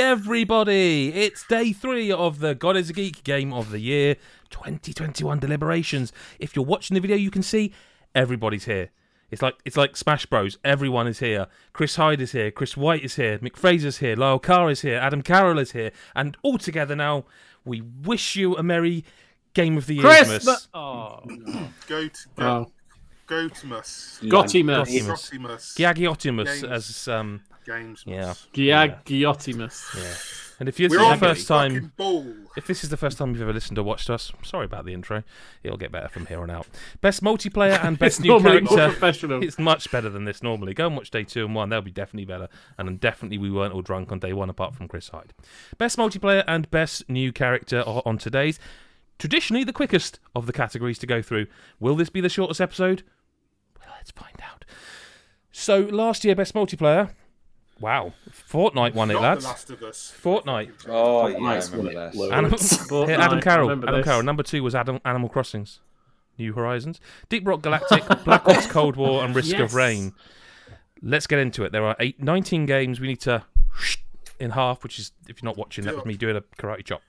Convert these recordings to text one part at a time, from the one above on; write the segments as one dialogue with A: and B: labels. A: everybody. It's day three of the God is a Geek Game of the Year 2021 deliberations. If you're watching the video, you can see everybody's here. It's like it's like Smash Bros. Everyone is here. Chris Hyde is here. Chris White is here. Mick Fraser's here. Lyle Carr is here. Adam Carroll is here. And all together now, we wish you a merry Game of the Year.
B: Christmas. Oh,
C: Go to go,
D: Oh,
C: go to mus.
D: Gottimus.
A: Gottimus.
C: Gottimus.
A: Gagiotimus,
C: Games.
A: as um,
C: Games.
A: Yeah.
D: Giagiotimus.
A: yeah. And if this is
C: We're
A: your
C: on
A: first time,
C: Ball.
A: If this is the first time you've ever listened or watched us, sorry about the intro. It'll get better from here on out. Best multiplayer and best
D: It's
A: new
D: normally more
A: character.
D: professional.
A: It's much better than this normally. Go and watch day two and one. They'll be definitely better. And then definitely we weren't all drunk on day one apart from Chris Hyde. Best multiplayer and best new character are on today's. Traditionally, the quickest of the categories to go through. Will this be the shortest episode? Well, let's find out. So, last year, best multiplayer. Wow. Fortnite won it,
C: Not
A: lads.
C: The Last of Us.
A: Fortnite.
E: Oh, yeah,
F: Nice,
E: I remember
F: wasn't it?
E: that.
F: Low.
A: Adam,
D: Fortnite,
A: yeah, Adam Carroll.
D: remember
A: Adam
D: this.
A: Carroll. Number two was Adam, Animal Crossings, New Horizons, Deep Rock Galactic, Black Ops Cold War, and Risk of
D: Yes.
A: Rain. Let's get into it. There are eight, 19 games we need to in half, which is, if you're not watching, that was me doing a karate chop.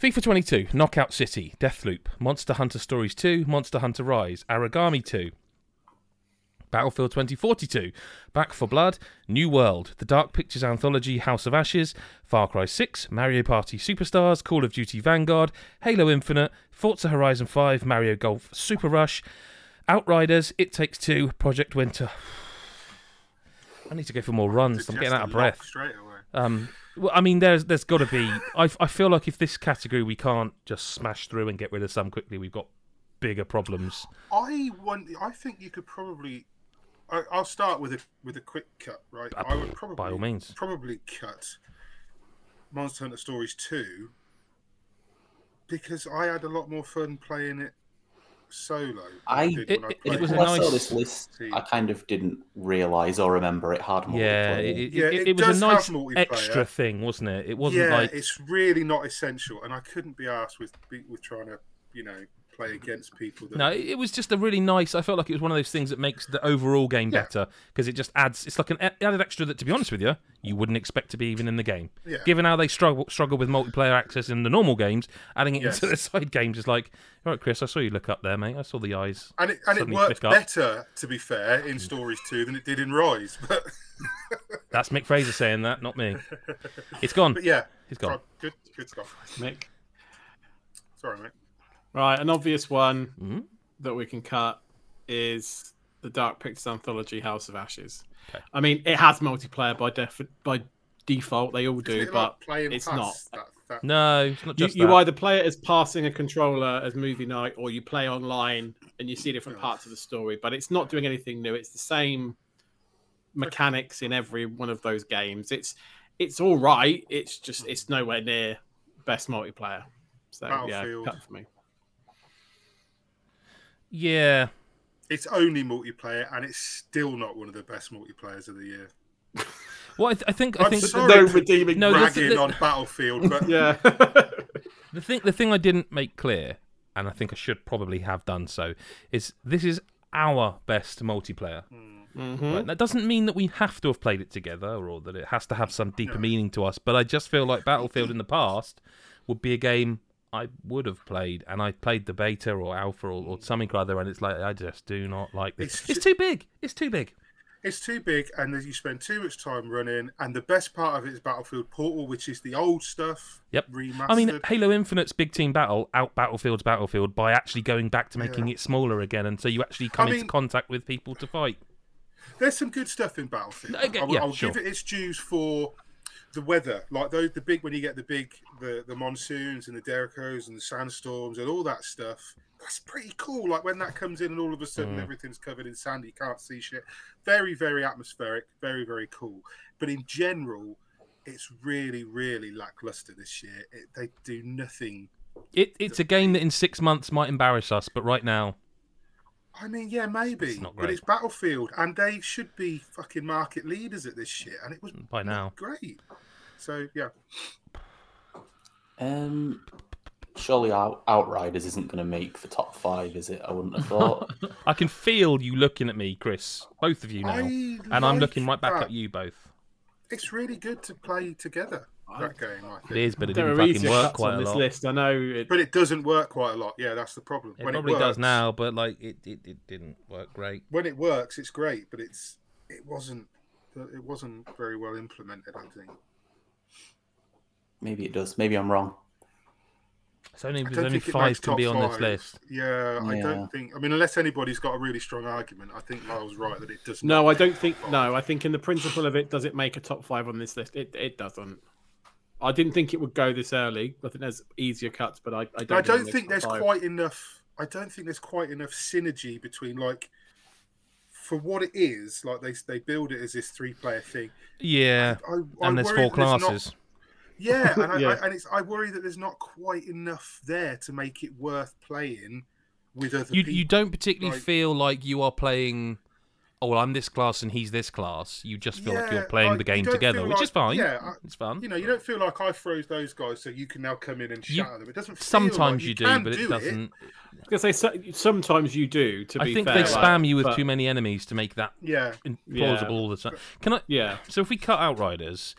A: FIFA 22, Knockout City, Deathloop, Monster Hunter Stories 2, Monster Hunter Rise, Aragami 2, Battlefield 2042, Back for Blood, New World, The Dark Pictures Anthology, House of Ashes, Far Cry 6, Mario Party Superstars, Call of Duty Vanguard, Halo Infinite, Forza Horizon 5, Mario Golf Super Rush, Outriders, It Takes Two, Project Winter. I need to go for more runs. I'm getting
C: Just
A: out of
C: lock
A: breath.
C: Straight away.
A: Um, well, I mean, there's there's got to be. I I feel like if this category we can't just smash through and get rid of some quickly, we've got bigger problems.
C: I want. I think you could probably. I, I'll start with a with a quick cut, right? I would probably
A: Uh, all means.
C: probably cut Monster Hunter Stories two because I had a lot more fun playing it solo. than
F: I-
C: did
A: It-
C: when
A: it- it
C: played
A: was a
F: Until I saw
A: nice-
F: this list, I kind of didn't realise or remember it had multiplayer.
A: Yeah, it, it,
C: Yeah,
A: it-
C: it
A: it was
C: does
A: a
C: have
A: nice
C: multiplayer.
A: extra thing, wasn't it? It wasn't
C: yeah,
A: like
C: it's really not essential, and I couldn't be asked with be- with trying to you know play against people. That,
A: no, it it was just a really nice. I felt like it was one of those things that makes the overall game better because it just adds. It's like an e- added extra that, to be honest with you, you wouldn't expect to be even in the game.
C: Yeah.
A: Given how they struggle struggle with multiplayer access in the normal games, adding it
C: Yes.
A: into the side games is like, all right, Chris, I saw you look up there, mate. I saw the eyes.
C: and it, and it
A: suddenly
C: worked
A: click up. Mm.
C: better, to be fair, in Stories two than it did in Rise. But
A: That's Mick Fraser saying that, not me. It's gone.
C: but yeah,
A: He's gone.
C: so- Good, good stuff.
D: Mick.
C: Sorry, mate.
D: Right, an obvious one
A: Mhm.
D: that we can cut is the Dark Pictures Anthology House of Ashes.
A: Okay.
D: I mean, it has multiplayer by def- by default. They all do,
C: Isn't it like
D: but
C: playing
D: it's
C: past That, that,
A: No, it's not
D: you,
A: just
D: you
A: that.
D: either play it as passing a controller as movie night, or you play online and you see different parts of the story. But it's not doing anything new. It's the same mechanics in every one of those games. It's it's all right. It's just it's nowhere near best multiplayer. So yeah,
C: Battlefield.
D: cut for me.
A: Yeah,
C: It's only multiplayer, and it's still not one of the best multiplayers of the year.
A: well, I, th- I think I
C: I'm
A: think
C: sorry No for
D: redeeming.
A: No, the-
C: Ragging on Battlefield, but
D: Yeah.
A: The thing, the thing I didn't make clear, and I think I should probably have done so, is this is our best multiplayer.
C: Hmm.
D: Mm-hmm.
C: Mm-hmm.
A: Right? That doesn't mean that we have to have played it together, or that it has to have some deeper meaning to us. But I just feel like Battlefield in the past would be a game I would have played, and I played the beta or alpha or, or something or other, and it's like I just do not like this.
C: It's
A: It's, too big. It's too big.
C: it's too big, and then you spend too much time running. And the best part of it is Battlefield Portal, which is the old stuff.
A: Yep.
C: Remastered.
A: I mean, Halo Infinite's big team battle out Battlefield's Battlefield by actually going back to making it smaller again, and so you actually come into
C: mean-
A: contact with people to fight.
C: There's some good stuff in Battlefield.
A: Okay,
C: I will,
A: yeah,
C: I'll
A: sure.
C: give it its dues for the weather, like those the big when you get the big the, the monsoons and the derricos and the sandstorms and all that stuff. That's pretty cool. Like when that comes in and all of a sudden
A: Mm.
C: everything's covered in sand, you can't see shit. Very very atmospheric, very very cool. But in general, it's really really lackluster this year. It, they do nothing.
A: It, it's a game that in six months might embarrass us, but right now,
C: I mean, yeah, maybe,
A: It's not
C: but
A: great.
C: it's Battlefield, and they should be fucking market leaders at this shit, and it was
A: by now,
C: great. So yeah.
F: Um, surely Out- Outriders isn't going to make the top five, is it? I wouldn't have
A: Oh.
F: thought.
A: I can feel you looking at me, Chris. Both of you now,
C: I
A: and I'm
C: like
A: looking right back
C: that.
A: at you both.
C: it's really good to play together. That game, I
A: It
C: think.
A: is, but it
D: There
A: didn't
D: are
A: fucking
D: easier
A: work
D: cuts
A: quite
D: on
A: a
D: this
A: lot.
D: list. I know. It,
C: But it doesn't work quite a lot. Yeah, that's the problem.
A: It
C: when
A: probably
C: it works,
A: does now, but like it, it, it didn't work great.
C: When it works, it's great, but it's it wasn't it wasn't very well implemented. I think.
F: Maybe it does. Maybe I'm wrong.
A: It's only
C: I
A: there's
C: don't
A: only
C: think it
A: five
C: makes
A: can be
C: top
A: on this
C: five.
A: list.
C: Yeah, I
F: Yeah.
C: don't think. I mean, unless anybody's got a really strong argument, I think Lyle's right that it does.
D: no,
C: not
D: I
C: make
D: don't think.
C: top five.
D: No, I think in the principle of it, does it make a top five on this list? It it doesn't. I didn't think it would go this early. I think there's easier cuts, but I, I don't.
C: I
D: it
C: don't
D: makes
C: think
D: top
C: there's
D: five.
C: quite enough. I don't think there's quite enough synergy between like. For what it is, like they they build it as this three player thing.
A: Yeah,
C: I, I
A: and there's
C: worry
A: four
C: that not-
A: classes.
C: yeah, and, I,
D: Yeah.
C: I, and it's I worry that there's not quite enough there to make it worth playing with other
A: You
C: people.
A: you don't particularly
C: like-
A: feel like you are playing. Oh, well, I'm this class and he's this class. You just feel like you're
C: Yeah,
A: playing
C: like,
A: the
C: you
A: game
C: don't
A: together,
C: feel
A: which
C: like-
A: is fine.
C: yeah, I-
A: it's fun.
C: you know, you don't feel like I froze those guys, so you can now come in and
A: You-
C: shatter them. It doesn't. Feel
A: Sometimes
C: like
A: you do,
C: can
A: but it doesn't.
D: I was gonna say so, sometimes you do. To be
A: I think
D: fair,
A: they
D: like,
A: spam you with
D: but-
A: too many enemies to make that
C: Yeah,
A: in-
D: Yeah.
A: plausible all the time. Can I?
D: Yeah,
A: So if we cut Outriders,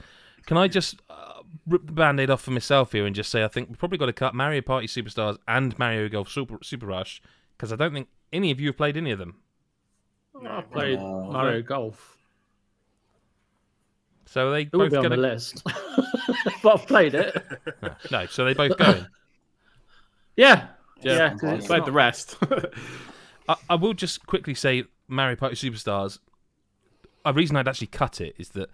A: can I just uh, rip the band-aid off for myself here and just say I think we've probably got to cut Mario Party Superstars and Mario Golf Super, Super Rush because I don't think any of you have played any of them.
B: I played
C: Oh,
D: Uh,
F: No.
B: Mario Golf.
A: So are they
B: It
A: both
B: would be on
A: going
B: the list, but I've played it.
A: no, no, so they both going.
B: Yeah,
D: Yeah.
B: yeah. 'cause it's
D: played
B: not-
D: the rest.
A: I, I will just quickly say Mario Party Superstars. A reason I'd actually cut it is that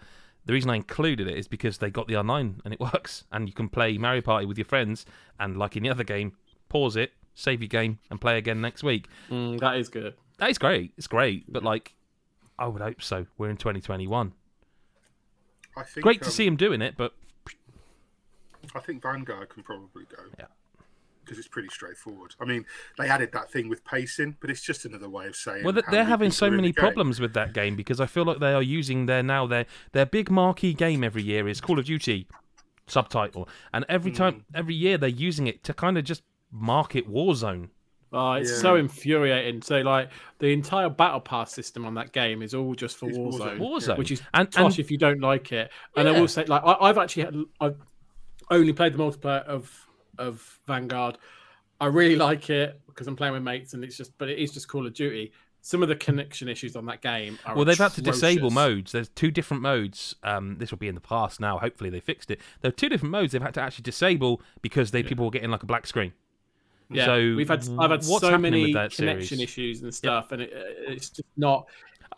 A: the reason I included it is because they got the online and it works, and you can play Mario Party with your friends. And like in the other game, pause it, save your game, and play again next week.
D: Mm, that is good.
A: That is great. It's great, but like, I would hope so. We're in 2021.
C: I think
A: Great to
C: um,
A: see him doing it, but
C: I think Vanguard can probably go.
A: Yeah.
C: Because it's pretty straightforward. I mean, they added that thing with pacing, but it's just another way of saying.
A: well,
C: how
A: they're
C: many
A: having
C: people are
A: so
C: in the
A: many
C: game.
A: problems with that game because I feel like they are using their now their their big marquee game every year is Call of Duty subtitle, and every
C: Hmm.
A: time every year they're using it to kind of just market Warzone.
D: Oh, it's
C: Yeah.
D: so infuriating. So, like, the entire battle pass system on that game is all just for
C: It's
D: Warzone,
C: Warzone.
A: Warzone,
D: which is
A: and,
D: tosh
A: and
D: if you don't like it. And I
A: Yeah.
D: will say, like, I, I've actually had, I've only played the multiplayer of of Vanguard. I really like it because I'm playing with mates, and it's just, but it is just Call of Duty. Some of the connection issues on that game are
A: well, they've had to disable
D: atrocious.
A: modes. There's two different modes. Um, this will be in the past now. Hopefully, they fixed it. There are two different modes they've had to actually disable because they people were getting like a black screen.
D: Yeah,
A: So
D: we've had I've had
A: what's
D: so
A: happening
D: many
A: with that
D: connection
A: series?
D: issues and stuff, and it, it's just not.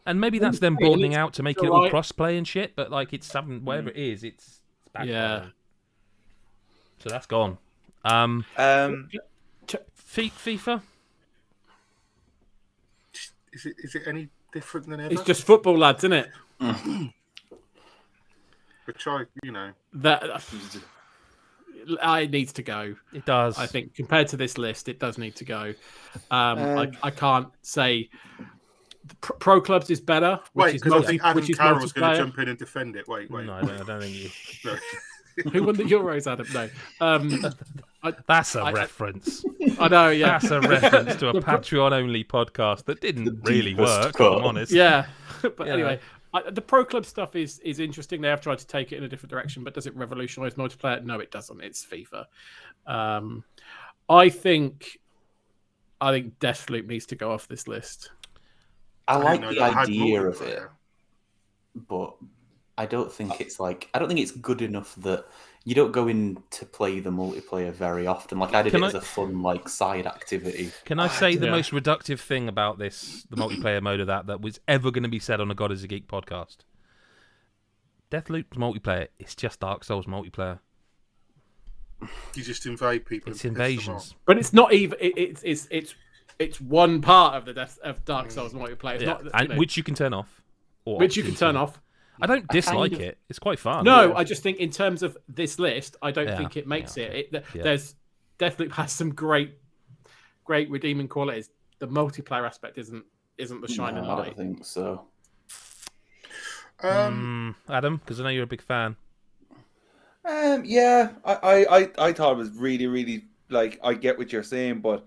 A: And maybe that's them
D: Yeah, and
A: broadening
D: it's-
A: out to make
D: it's
A: it all
D: alright.
A: cross-play and shit. But like, it's something whatever it is, it's, it's backfiring.
D: Yeah.
A: So that's gone. Um,
F: Um,
A: Fi- FIFA.
C: Is it, is it any different than ever?
D: It's just football, lads, isn't it?
C: Which I, you know,
D: That I needs to go.
A: It does.
D: I think compared to this list, it does need to go. Um, I, I can't say the Pro, Pro Clubs is better. Which
C: wait,
D: is
C: because I think
D: multi-
C: Adam
D: which is
C: Carroll's going
D: multiplayer.
C: to jump in and defend it. Wait, wait.
A: No, I don't, I don't think you.
C: No.
D: Who won the Euros, Adam? No, um,
A: That's a
D: I-
A: reference.
D: I know. Yeah,
A: That's a reference to a Patreon-only podcast that didn't really
F: deepest
A: work. If
F: cut.
A: I'm honest.
D: yeah. but
A: Yeah.
D: anyway, I, the Pro Club stuff is is interesting. They have tried to take it in a different direction, but does it revolutionise multiplayer? No, it doesn't. It's FIFA. Um, I think. I think Deathloop needs to go off this list.
F: I like
C: No,
F: the
C: that had
F: idea of
C: multiplayer.
F: it, but I don't think it's like I don't think it's good enough that you don't go in to play the multiplayer very often. Like I did
A: Can
F: it
A: I-
F: as a fun like side activity.
A: Can I say the
D: yeah.
A: most reductive thing about this, the multiplayer mode of that, that was ever going to be said on a God is a Geek podcast? Deathloop's multiplayer, it's just Dark Souls multiplayer.
C: You just invade people.
A: It's
C: and piss them
A: invasions.
C: off.
D: But it's not even. It, it's it's it's it's one part of the death of Dark Souls multiplayer. It's
A: Yeah.
D: not, you
A: and,
D: know,
A: which you can turn off. Or
D: which you can turn off.
A: I don't dislike
F: of-
A: it. It's quite fun.
D: No, I just think in terms of this list, I don't
A: Yeah,
D: think it makes
A: yeah,
D: it. it th-
A: yeah.
D: There's Deathloop has some great, great redeeming qualities. The multiplayer aspect isn't isn't the shining
F: No, I
D: light.
F: don't think so.
C: Um,
A: Mm, Adam, because I know you're a big fan.
E: Um, yeah, I, I, I, I thought it was really, really like I get what you're saying, but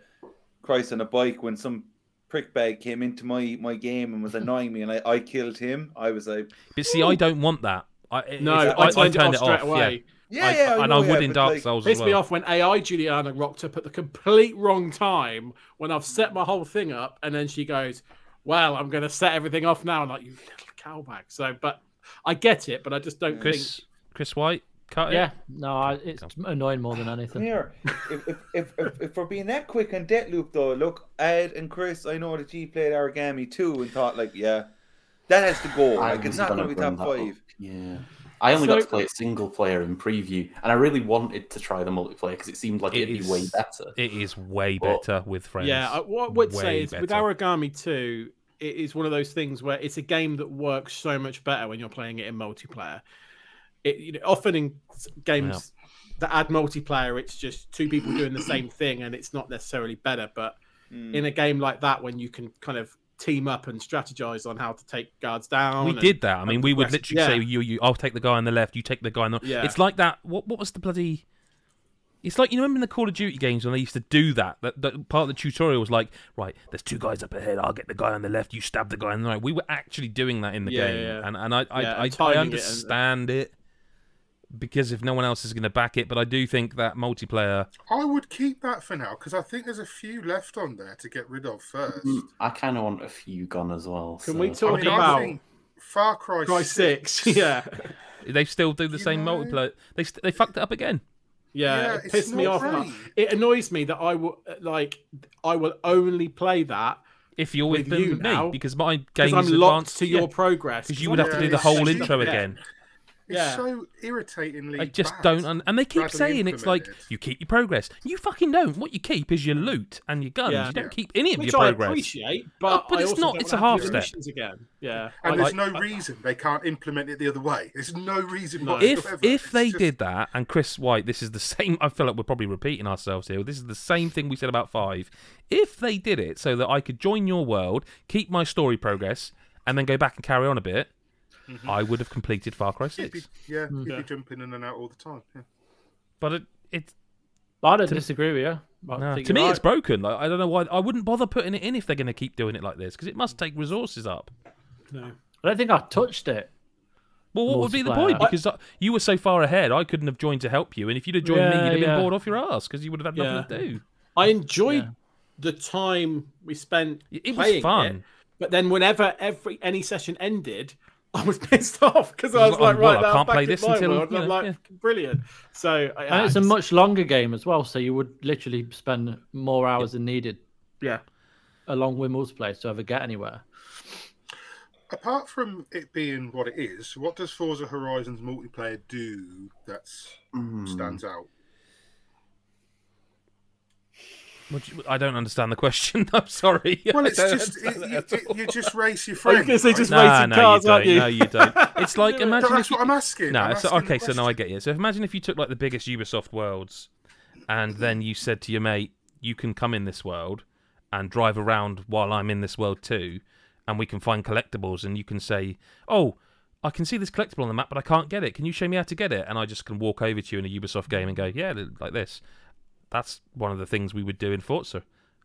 E: Christ on a bike when some prickbag came into my my game and was annoying me, and I, I killed him. I was like,
A: But see, I don't want that. I, it-
D: No,
A: it's-
D: I, turned it
A: yeah.
D: off straight away.
E: Yeah,
A: I-
E: yeah,
A: and
E: know,
A: I would
E: yeah,
A: in
E: but,
A: Dark
E: like,
A: Souls as
D: Pissed
A: well.
D: me off when AI Juliana rocked up at the complete wrong time when I've set my whole thing up, and then she goes, "Well, I'm going to set everything off now." I'm like, "You little cowbag." So, but I get it, but I just don't
A: Chris, Chris White, cut it.
B: Yeah, no, I, it's annoying more than anything.
E: Here, if, if, if, if, if we're being that quick on Deathloop, though, look, Ed and Chris, I know that you played Origami too and thought, like, yeah, that has to go.
F: I
E: Like, it's
F: was
E: not going to be
F: bring
E: top
F: that up.
E: five.
F: Yeah. I only
D: So-
F: got to play it single player in preview, and I really wanted to try the multiplayer because it seemed like
A: It
F: it would
A: is-
F: be way better.
A: It is way
F: Well,
A: better with friends.
D: think. Yeah, I, what I would say
A: Way
D: is with
A: better.
D: Origami Two, it is one of those things where it's a game that works so much better when you're playing it in multiplayer. It you know, often in s- games that add multiplayer, it's just two people doing the same thing, and it's not necessarily better, but
E: Mm.
D: in a game like that when you can kind of team up and strategize on how to take guards down.
A: We
D: and-
A: did that. I mean, we would
D: progress-
A: literally say,
D: yeah.
A: "You, you, I'll take the guy on the left. You take the guy on the."
D: Yeah.
A: It's like that. What, what was the bloody? It's like you remember in the Call of Duty games when they used to do that. That, that part of the tutorial was like, right, there's two guys up ahead. I'll get the guy on the left. You stab the guy on the right. We were actually doing that in the
D: Yeah,
A: game,
D: yeah, yeah.
A: and and I
D: Yeah,
A: I,
D: and uh,
A: I, I
D: timing it and-
A: understand it because if no one else is going to back it, but I do think that multiplayer.
C: I would keep that for now because I think there's a few left on there to get rid of first.
F: Mm, I kind of want a few gone as well.
D: Can
F: so-
D: we
C: I
D: talk
C: mean,
D: about
C: I think Far Cry,
D: Cry Six? Yeah,
A: They still do the
C: You
A: same
C: know?
A: multiplayer. They st- they fucked it up again.
D: yeah,
C: Yeah,
D: it
C: it's
D: pissed me
C: not
D: off.
C: great.
D: It annoys me that I will like I will only play that
A: If you're with,
D: With you
A: them, me,
D: now,
A: because my game
D: because I'm
A: is
D: locked
A: advanced
D: to
A: Yeah.
D: your progress.
A: because you would have to
C: Yeah,
A: do the
C: it's
A: whole
C: just-
A: intro
D: Yeah.
A: again.
C: It's
D: Yeah.
C: so irritatingly.
A: I just
C: bad.
A: don't, un- and they keep
C: badly
A: saying it's like
C: implemented.
A: you keep your progress. You fucking don't. What you keep is your loot and your guns.
D: Yeah.
A: You don't keep any of
D: Which
A: your
D: I
A: progress.
D: appreciate, but,
A: Oh, but
D: I
A: it's
D: also
A: not-
D: don't
A: it's a
D: wanna have to do
A: half
D: missions again. Yeah,
C: And
D: I-
C: there's
A: like-
C: no reason they can't implement it the other way. There's no reason
D: No.
A: if
C: whatsoever.
A: if
C: It's
A: they
C: just-
A: did that, and Chris White, this is the same. I feel like we're probably repeating ourselves here. This is the same thing we said about five. If they did it so that I could join your world, keep my story progress, and then go back and carry on a bit, I would have completed Far Cry
C: You'd be,
A: Six.
C: yeah, you'd
D: Yeah.
C: be jumping in and out all the time. Yeah.
A: But it, it
B: But I don't disagree with you.
A: No,
B: I think
A: Ah. to
B: you're
A: me,
B: right.
A: it's broken. Like I don't know why I wouldn't bother putting it in if they're going to keep doing it like this because it must take resources up.
B: I don't think I touched it.
A: Well, what would be the
B: Multiplayer.
A: point? Because uh you were so far ahead, I couldn't have joined to help you, and if you'd have joined me,
B: Yeah,
A: you'd have
B: yeah.
A: been bored off your ass because you would have had nothing to do.
D: I enjoyed the time we spent.
A: It- It
D: playing
A: was fun.
D: But then whenever every any session ended, I was pissed off because I
A: You're
D: was
A: like,
D: like,
A: "Well,
D: right,
A: I
D: now I'm
A: can't
D: back
A: play
D: in
A: this
D: my
A: until,
D: world," and
A: you
D: I'm
A: know,
D: like,
A: yeah.
D: brilliant. So I,
B: And Oh, it's a
D: I-
B: much longer game as well, so you would literally spend more hours than needed
D: yeah.
B: along with multiplayer to ever get anywhere.
C: Apart from it being what it is, what does Forza Horizons multiplayer do that
F: Mm.
C: stands out?
A: Would you- I don't understand the question. I'm sorry.
C: Well,
A: I
C: it's
A: don't
C: just
A: understand
C: it,
A: that
C: you,
A: at all.
C: you- you just race
D: I
C: your
D: was
C: friend.
D: gonna say
C: right?
D: just
A: No,
D: racing
A: no, you
D: cars, aren't
A: don't.
D: you?
A: No, you don't. It's like
D: That's
A: imagine if
C: That's
A: you,
C: what I'm asking.
A: No,
C: I'm
A: so,
C: asking the
A: okay, so now I
C: question.
A: get you. So imagine if you took like the biggest Ubisoft worlds, and then you said to your mate, "You can come in this world and drive around while I'm in this world too, and we can find collectibles." And you can say, "Oh, I can see this collectible on the map, but I can't get it. Can you show me how to get it?" And I just can walk over to you in a Ubisoft game and go, "Yeah, li- like this." That's one of the things we would do in Forza.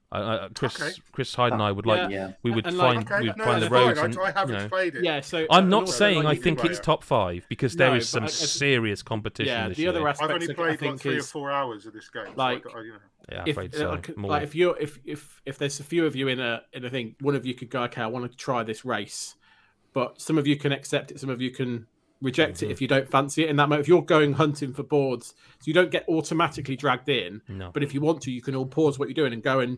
A: I, I, Chris,
C: Okay.
A: Chris Hyde and I would like
F: Yeah.
A: we would
D: Uh, And, like,
A: find
C: Okay,
A: we would
C: no,
A: find the
C: that's
A: roads
C: fine.
A: and
C: I, I haven't
A: you know.
C: played it.
D: Yeah, so
A: I'm
D: and
A: not
D: also,
A: saying I
D: like,
C: you
A: think
C: do
A: it's
C: right.
A: top five because there is
D: No,
A: some
D: but I-
A: serious competition.
D: yeah.
A: this
D: The other
A: year.
D: aspect
C: I've only
D: I
C: played like
D: think
C: three
D: is
C: or four hours of this game. so I
D: like,
C: don't- I- you know.
A: yeah, I'm
D: if
A: afraid
D: uh,
A: so.
D: I could-
A: More.
D: like if you're if if if there's a few of you in a in a thing, one of you could go, okay, I want to try this race, but some of you can accept it, some of you can reject
A: Mm-hmm.
D: it if you don't fancy it. In that moment, if you're going hunting for boards, so you don't get automatically dragged in.
A: No.
D: But if you want to, you can all pause what you're doing and go and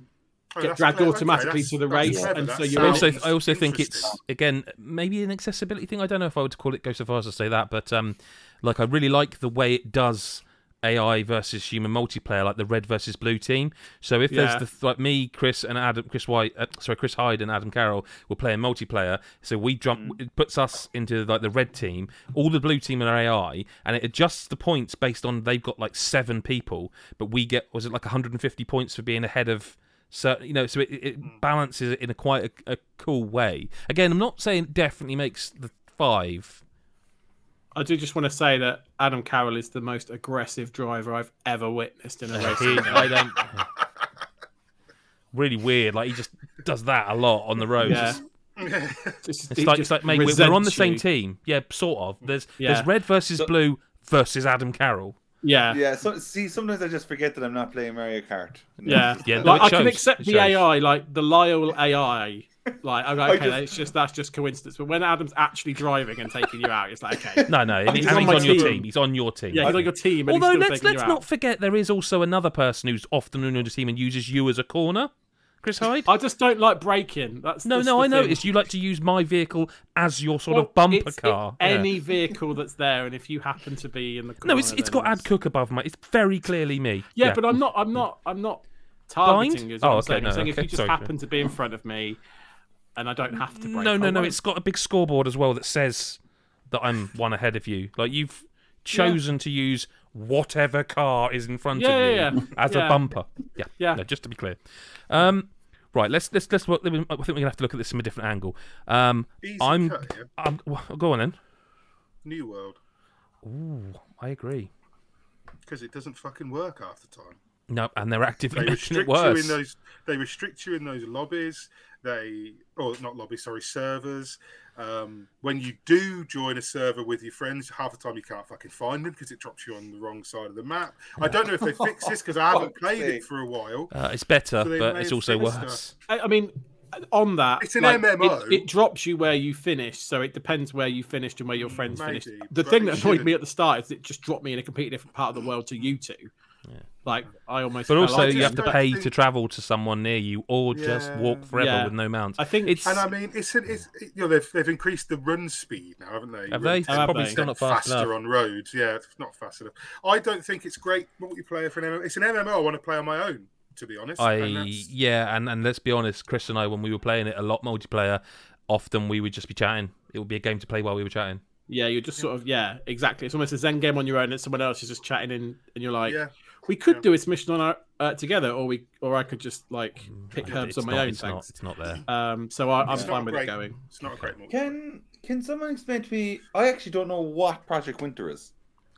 C: Oh,
D: Get
C: that's
D: dragged
C: clever.
D: automatically
C: that's-
D: to the
C: that's
D: race,
C: clever.
D: and
C: That
D: so you
A: I
D: Yeah.
C: sounds
A: also, I also think it's
C: interesting.
A: again maybe an accessibility thing. I don't know if I would call it go so far as to say that, but um, like I really like the way it does AI versus human multiplayer, like the red versus blue team. So if
D: Yeah.
A: there's the like me, Chris, and Adam, Chris White, uh, sorry, Chris Hyde and Adam Carroll were playing multiplayer. So we jump, it puts us into like the red team, all the blue team are AI, and it adjusts the points based on they've got like seven people, but we get was it like 150 points for being ahead of certain, you know, so it, it balances it in a quite a, a cool way. Again, I'm not saying it definitely makes the five.
D: I do just want to say that Adam Carroll is the most aggressive driver I've ever witnessed in a race.
A: He- I don't. Really weird. Like he just does that a lot on the road.
D: Yeah.
A: just
D: Just-
A: It's
D: he
A: like it's
D: just
A: like mate, we're, we're on the
D: resents
A: same
D: you.
A: team. Yeah, sort of. There's
D: Yeah.
A: there's red versus
E: So-
A: blue versus Adam Carroll.
D: Yeah, yeah.
E: Yeah, so see, sometimes I just forget that I'm not playing Mario Kart.
A: Yeah, no,
D: like,
A: it
D: I can
A: shows.
D: accept
A: It
D: the
A: shows.
D: AI, like the Lyle AI. Like, I'm like,
E: I
D: okay,
E: just-
D: it's just that's just coincidence. But when Adam's actually driving and taking you out, it's like, okay,
A: No, no, and,
D: he's
A: and
D: on
A: he's
D: my
A: on your
D: team.
A: team. He's on your team.
D: yeah, he's
A: Okay.
D: on your team. And
A: Although
D: he's still
A: let's
D: taking you
A: let's
D: out.
A: not forget there is also another person who's often on your team and uses you as a corner. Chris Hyde.
D: I just don't like braking. That's
A: No,
D: that's
A: no, I
D: the thing.
A: noticed you like to use my vehicle as your sort
D: Well,
A: of bumper
D: it's i-
A: car. Yeah.
D: Any vehicle that's there, and if you happen to be in the corner,
A: No, it's it's
D: then
A: got Ad Cook above my. It's very clearly me.
D: Yeah, but I'm not. I'm not. I'm not targeting. you Is
A: Oh,
D: what I'm
A: okay,
D: saying.
A: no,
D: I'm saying if
A: okay,
D: you just
A: sorry.
D: happen to be in front of me, and I don't have to brake.
A: no,
D: I
A: no, no.
D: won't.
A: It's got a big scoreboard as well that says that I'm one ahead of you. Like you've chosen to use whatever car is in front
D: Yeah,
A: of you
D: yeah, yeah.
A: as
D: Yeah.
A: a bumper. Yeah,
D: Yeah.
A: No, just to be clear. Um, right. Let's let's let's. work- I think we're gonna have to look at this from a different angle. Um,
C: Easy
A: I'm,
C: cut, yeah.
A: I'm. Well, go on then.
C: New World.
A: I agree.
C: Because it doesn't fucking work half the time.
A: No, and they're actively
C: They
A: making it
C: restrict you
A: worse.
C: in those. They restrict you in those lobbies. They, or not lobbies, sorry, servers. Um, when you do join a server with your friends, half the time you can't fucking find them because it drops you on the wrong side of the map. I don't know if they fix this because I haven't
E: Fuck's
C: played it
E: sake.
C: for a while.
A: Uh, it's better,
C: So they
A: but
C: may
A: it's
C: have
A: also
C: finished
A: worse.
D: I, I mean, on that,
C: It's an
D: like,
C: MMO.
D: It, it drops you where you finished, so it depends where you finished and where your friends finished.
C: Maybe,
D: The
C: but
D: thing
C: it
D: that annoyed me
C: shouldn't.
D: at the start is it just dropped me in a completely different part of the world to you two. Like I almost.
A: But
D: fell
A: also,
D: off.
A: you have to
C: don't
A: pay
C: think-
A: to travel to someone near you, or just walk
C: Yeah.
A: forever
D: Yeah.
A: with no mounts.
D: I think-
A: it's.
C: And I mean, it's, an, it's it- you know they've they've increased the run speed now, haven't they?
A: Have
C: Run
A: they?
C: speed
A: It's
D: have
A: probably
D: they?
A: still not fast
C: faster
A: enough.
C: on roads. Yeah, it's not fast enough. I don't think it's great multiplayer for an MMO. It's an MMO I want to play on my own, to be honest.
A: I
C: and
D: E
C: that's-
A: yeah, and and let's be honest, Chris and I, when we were playing it a lot multiplayer, often we would just be chatting. It would be a game to play while we were chatting.
D: Yeah, you're just sort of yeah, exactly. It's almost a Zen game on your own, and someone else is just chatting in, and you're like,
C: yeah.
D: we could
C: Yeah.
D: do this mission on our uh, together, or we, or I could just like pick herbs
A: It's
D: on my
A: not-
D: own.
A: It's not,
D: Thanks.
A: it's not there.
D: Um, so I, I'm
C: It's not
D: fine with it
C: great.
D: going.
C: It's not a great multiplayer.
E: Can can someone explain to me? I actually don't know what Project Winter is.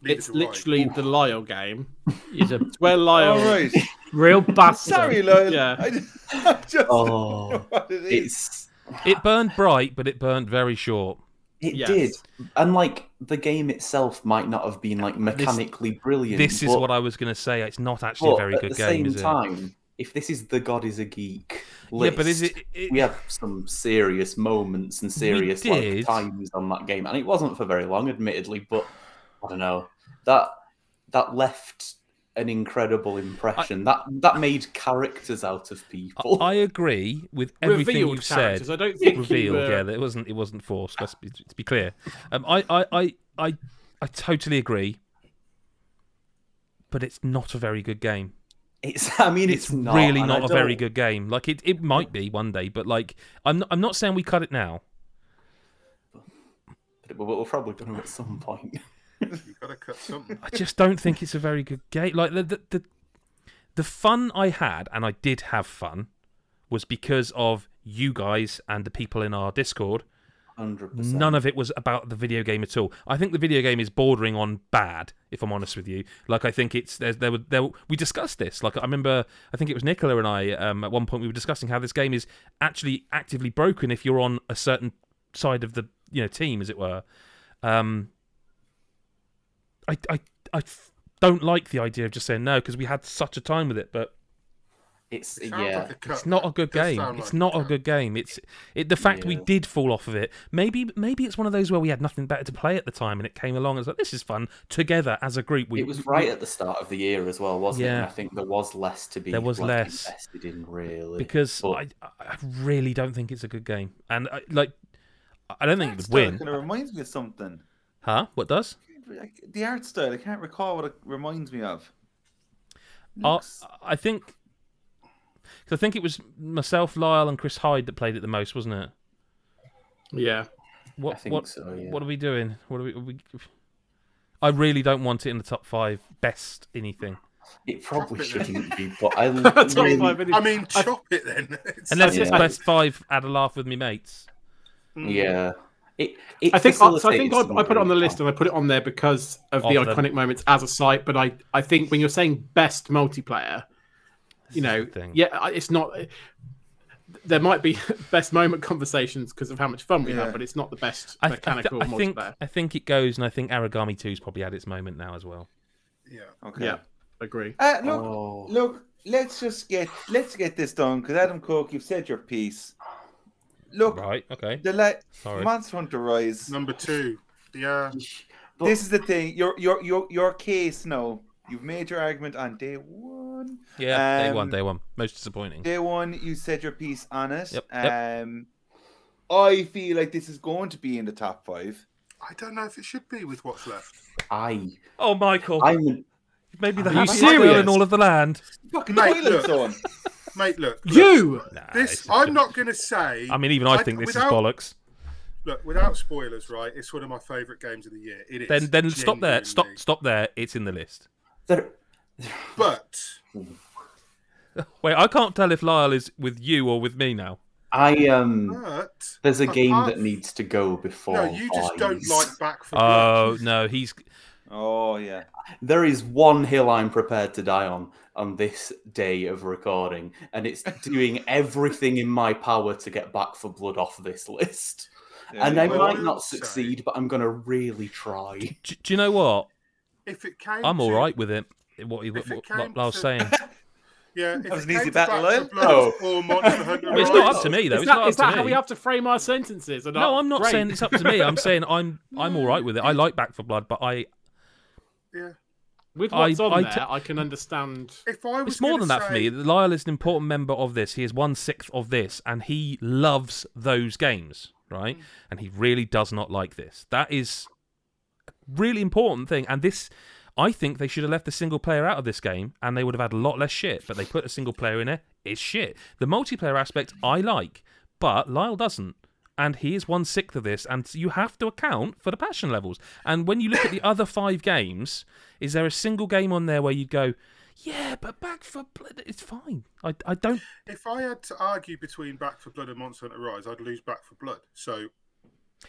C: Neither
D: it's
C: do I.
D: literally the Lyle game.
B: He's a
D: It's where Lyle,
A: Oh,
E: All right,
B: real bastard.
E: sorry, Lyle.
D: Yeah.
E: I, I just don't
F: Oh,
E: know what it is.
F: it's
A: It burned bright, but it burned very short.
F: it
D: Yes.
F: did, and like the game itself might not have been like mechanically brilliant.
A: This is
F: but-
A: what I was going to say. It's not actually a
F: but
A: very
F: at
A: good
F: the
A: game,
F: same
A: is it?
F: time, if this is the God is a geek,
A: yeah, but is
F: list,
A: it? it
F: we have some serious moments and serious
A: did.
F: like, times on that game, and it wasn't for very long, admittedly. But I don't know that that left an incredible impression. that that made characters out of people.
A: I agree with everything
D: revealed
A: you've said.
D: characters. uh, I don't think
A: revealed.
D: You were,
A: Yeah, that it wasn't. It wasn't forced. Let's be, to be clear. Um, I, I, I, I, I totally agree. But it's not a very good game.
F: it's, I mean,
A: It's,
F: it's, not,
A: really
F: and
A: not
F: I
A: a very
F: don't-
A: good game. Like it, it might be one day, but like I'm, not, I'm not saying we cut it now.
F: But we'll, we'll probably going to at some point.
C: You've got to cut something.
A: I just don't think it's a very good game. Like the the the, the fun I had, and I did have fun, was because of you guys and the people in our Discord.
F: Hundred percent.
A: None of it was about the video game at all. I think the video game is bordering on bad, if I'm honest with you. Like I think it's there. There were there. were- We discussed this. Like I remember, I think it was Nicola and I. Um, at one point, we were discussing how this game is actually actively broken if you're on a certain side of the you know team, as it were. Um, I I I f- don't like the idea of just saying no because we had such a time with it, but
F: It's
C: It sounds
F: yeah.
C: like a cut.
A: it's not a good
C: It does
A: game.
C: sound
A: It's
C: like
A: not a
C: cut.
A: good game. It's it, the fact we
F: Yeah.
A: did fall off of it. Maybe maybe it's one of those where we had nothing better to play at the time, and it came along. and It's like this is fun together as a group. We
F: it was right at the start of the year as well, wasn't it? And
A: Yeah.
F: I think there was less to be
A: There was
F: like,
A: less.
F: invested in really
A: because
F: but-
A: I I really don't think it's a good game, and I, like I don't think it
E: Art
A: would
E: style
A: win,
E: kinda reminds me of something.
A: huh? What does?
E: Like, The art style, I can't recall what it reminds me of.
A: I,
E: Looks-
A: I think because I think it was myself, Lyle, and Chris Hyde that played it the most, wasn't it?
D: yeah.
A: What
F: I think
A: what
F: so, yeah.
A: what are we doing? What are we, are we? I really don't want it in the top five best anything.
F: it probably
C: Drop it then.
F: shouldn't be. But I
D: That's all
F: really-
D: five minutes.
C: I mean, chop it then. It's-
A: Unless it's
F: Yeah.
A: best five, add a laugh with me mates.
F: yeah. It, it
D: Mm. I think I, so I think
F: facilitates
D: I, I put it on the
F: something.
D: list and I put it on there because of the
A: Of the-
D: iconic moments as a site. But I, I think when you're saying best multiplayer, you know,
A: the thing.
D: yeah, I- it's not. there might be best moment conversations because of how much fun we
E: Yeah.
D: have, but it's not the best
A: I, th- I, th-
D: mechanical
A: I think
D: multiplayer.
A: I think it goes, and I think Aragami 2's probably had its moment now as well.
C: Yeah.
E: Okay.
D: Yeah, agree.
E: Uh, look,
F: Oh.
E: look. Let's just get let's get this done because Adam Cook, you've said your piece. Look,
A: Right? Okay.
E: the la-
A: Sorry.
E: Monster Hunter Rise.
C: Number two. Yeah.
F: But-
E: this is the thing. Your your your your case now. You've made your argument on day one.
A: Yeah. day one.
E: um,
A: Day one. Most disappointing.
E: Day one, you said your piece on it.
A: Yep,
E: Um, I feel like this is going to be in the top five.
C: I don't know if it should be with what's left.
F: I,
A: Oh, Michael.
F: I'm
A: Maybe the
D: Are you
A: happiest girl in
D: serious?
A: all of the land.
E: Fucking
C: Mate,
E: Twilight
C: look.
E: Zone.
C: Mate, look. look,
D: You
A: Nah,
C: This
A: Ah, it's-
C: I'm not going to say.
A: I mean, even I
C: I-
A: think this is
C: without-
A: bollocks.
C: look, without spoilers, right? It's one of my favourite games of the year. It is.
A: Then, then stop there. Stop,
C: genuinely.
A: stop there. It's in the list.
F: there.
C: But
A: Wait, I can't tell if Lyle is with you or with me now.
F: I um.
C: but
F: There's a game
C: apart-
F: that needs to go before.
C: No, you just don't
F: Eyes.
C: like Back for
A: Oh
C: Blood.
A: no, he's
E: Oh yeah.
F: There is one hill I'm prepared to die on on this day of recording, and it's doing everything in my power to get Back for Blood off this list.
E: There
F: and
E: you
F: I
E: go.
C: Well,
F: might not
C: sorry.
F: succeed, but I'm gonna really try.
A: Do, do you know what?
C: If it came,
A: I'm all
C: to-
A: right with it. What, he, what,
C: If it
A: what
C: came
A: Lyle's
C: to-
A: saying.
C: Yeah, if
E: That was
C: it
E: an easy
C: came to
E: battle,
C: Back
E: eh?
C: for Blood or Monster Hunter
A: Well, it's not up to me though.
D: is
A: it's
D: that,
A: not up
D: is that
A: to
D: how
A: me.
D: we have to frame our sentences? Or
A: No, I'm not
D: Great.
A: saying it's up to me. I'm saying I'm I'm all right with it. I like Back for Blood, but I
C: Yeah.
D: With
A: I-
D: what's on
A: I
D: there,
A: t-
D: I can understand.
C: If I was
A: it's more
C: gonna
A: than that for
C: say-
A: me. Lyle is an important member of this. He is one sixth of this, and he loves those games, right?
C: Mm.
A: And he really does not like this. That is a really important thing. And this, I think they should have left the single player out of this game, and they would have had a lot less shit. But they put a single player in it. It's shit. The multiplayer aspect I like, but Lyle doesn't. And he is one sixth of this, and you have to account for the passion levels. And when you look at the other five games, is there a single game on there where you'd go, yeah, but Back for Blood, it's fine. I, I don't.
C: If I had to argue between Back for Blood and Monster Hunter Rise, I'd lose Back for Blood. So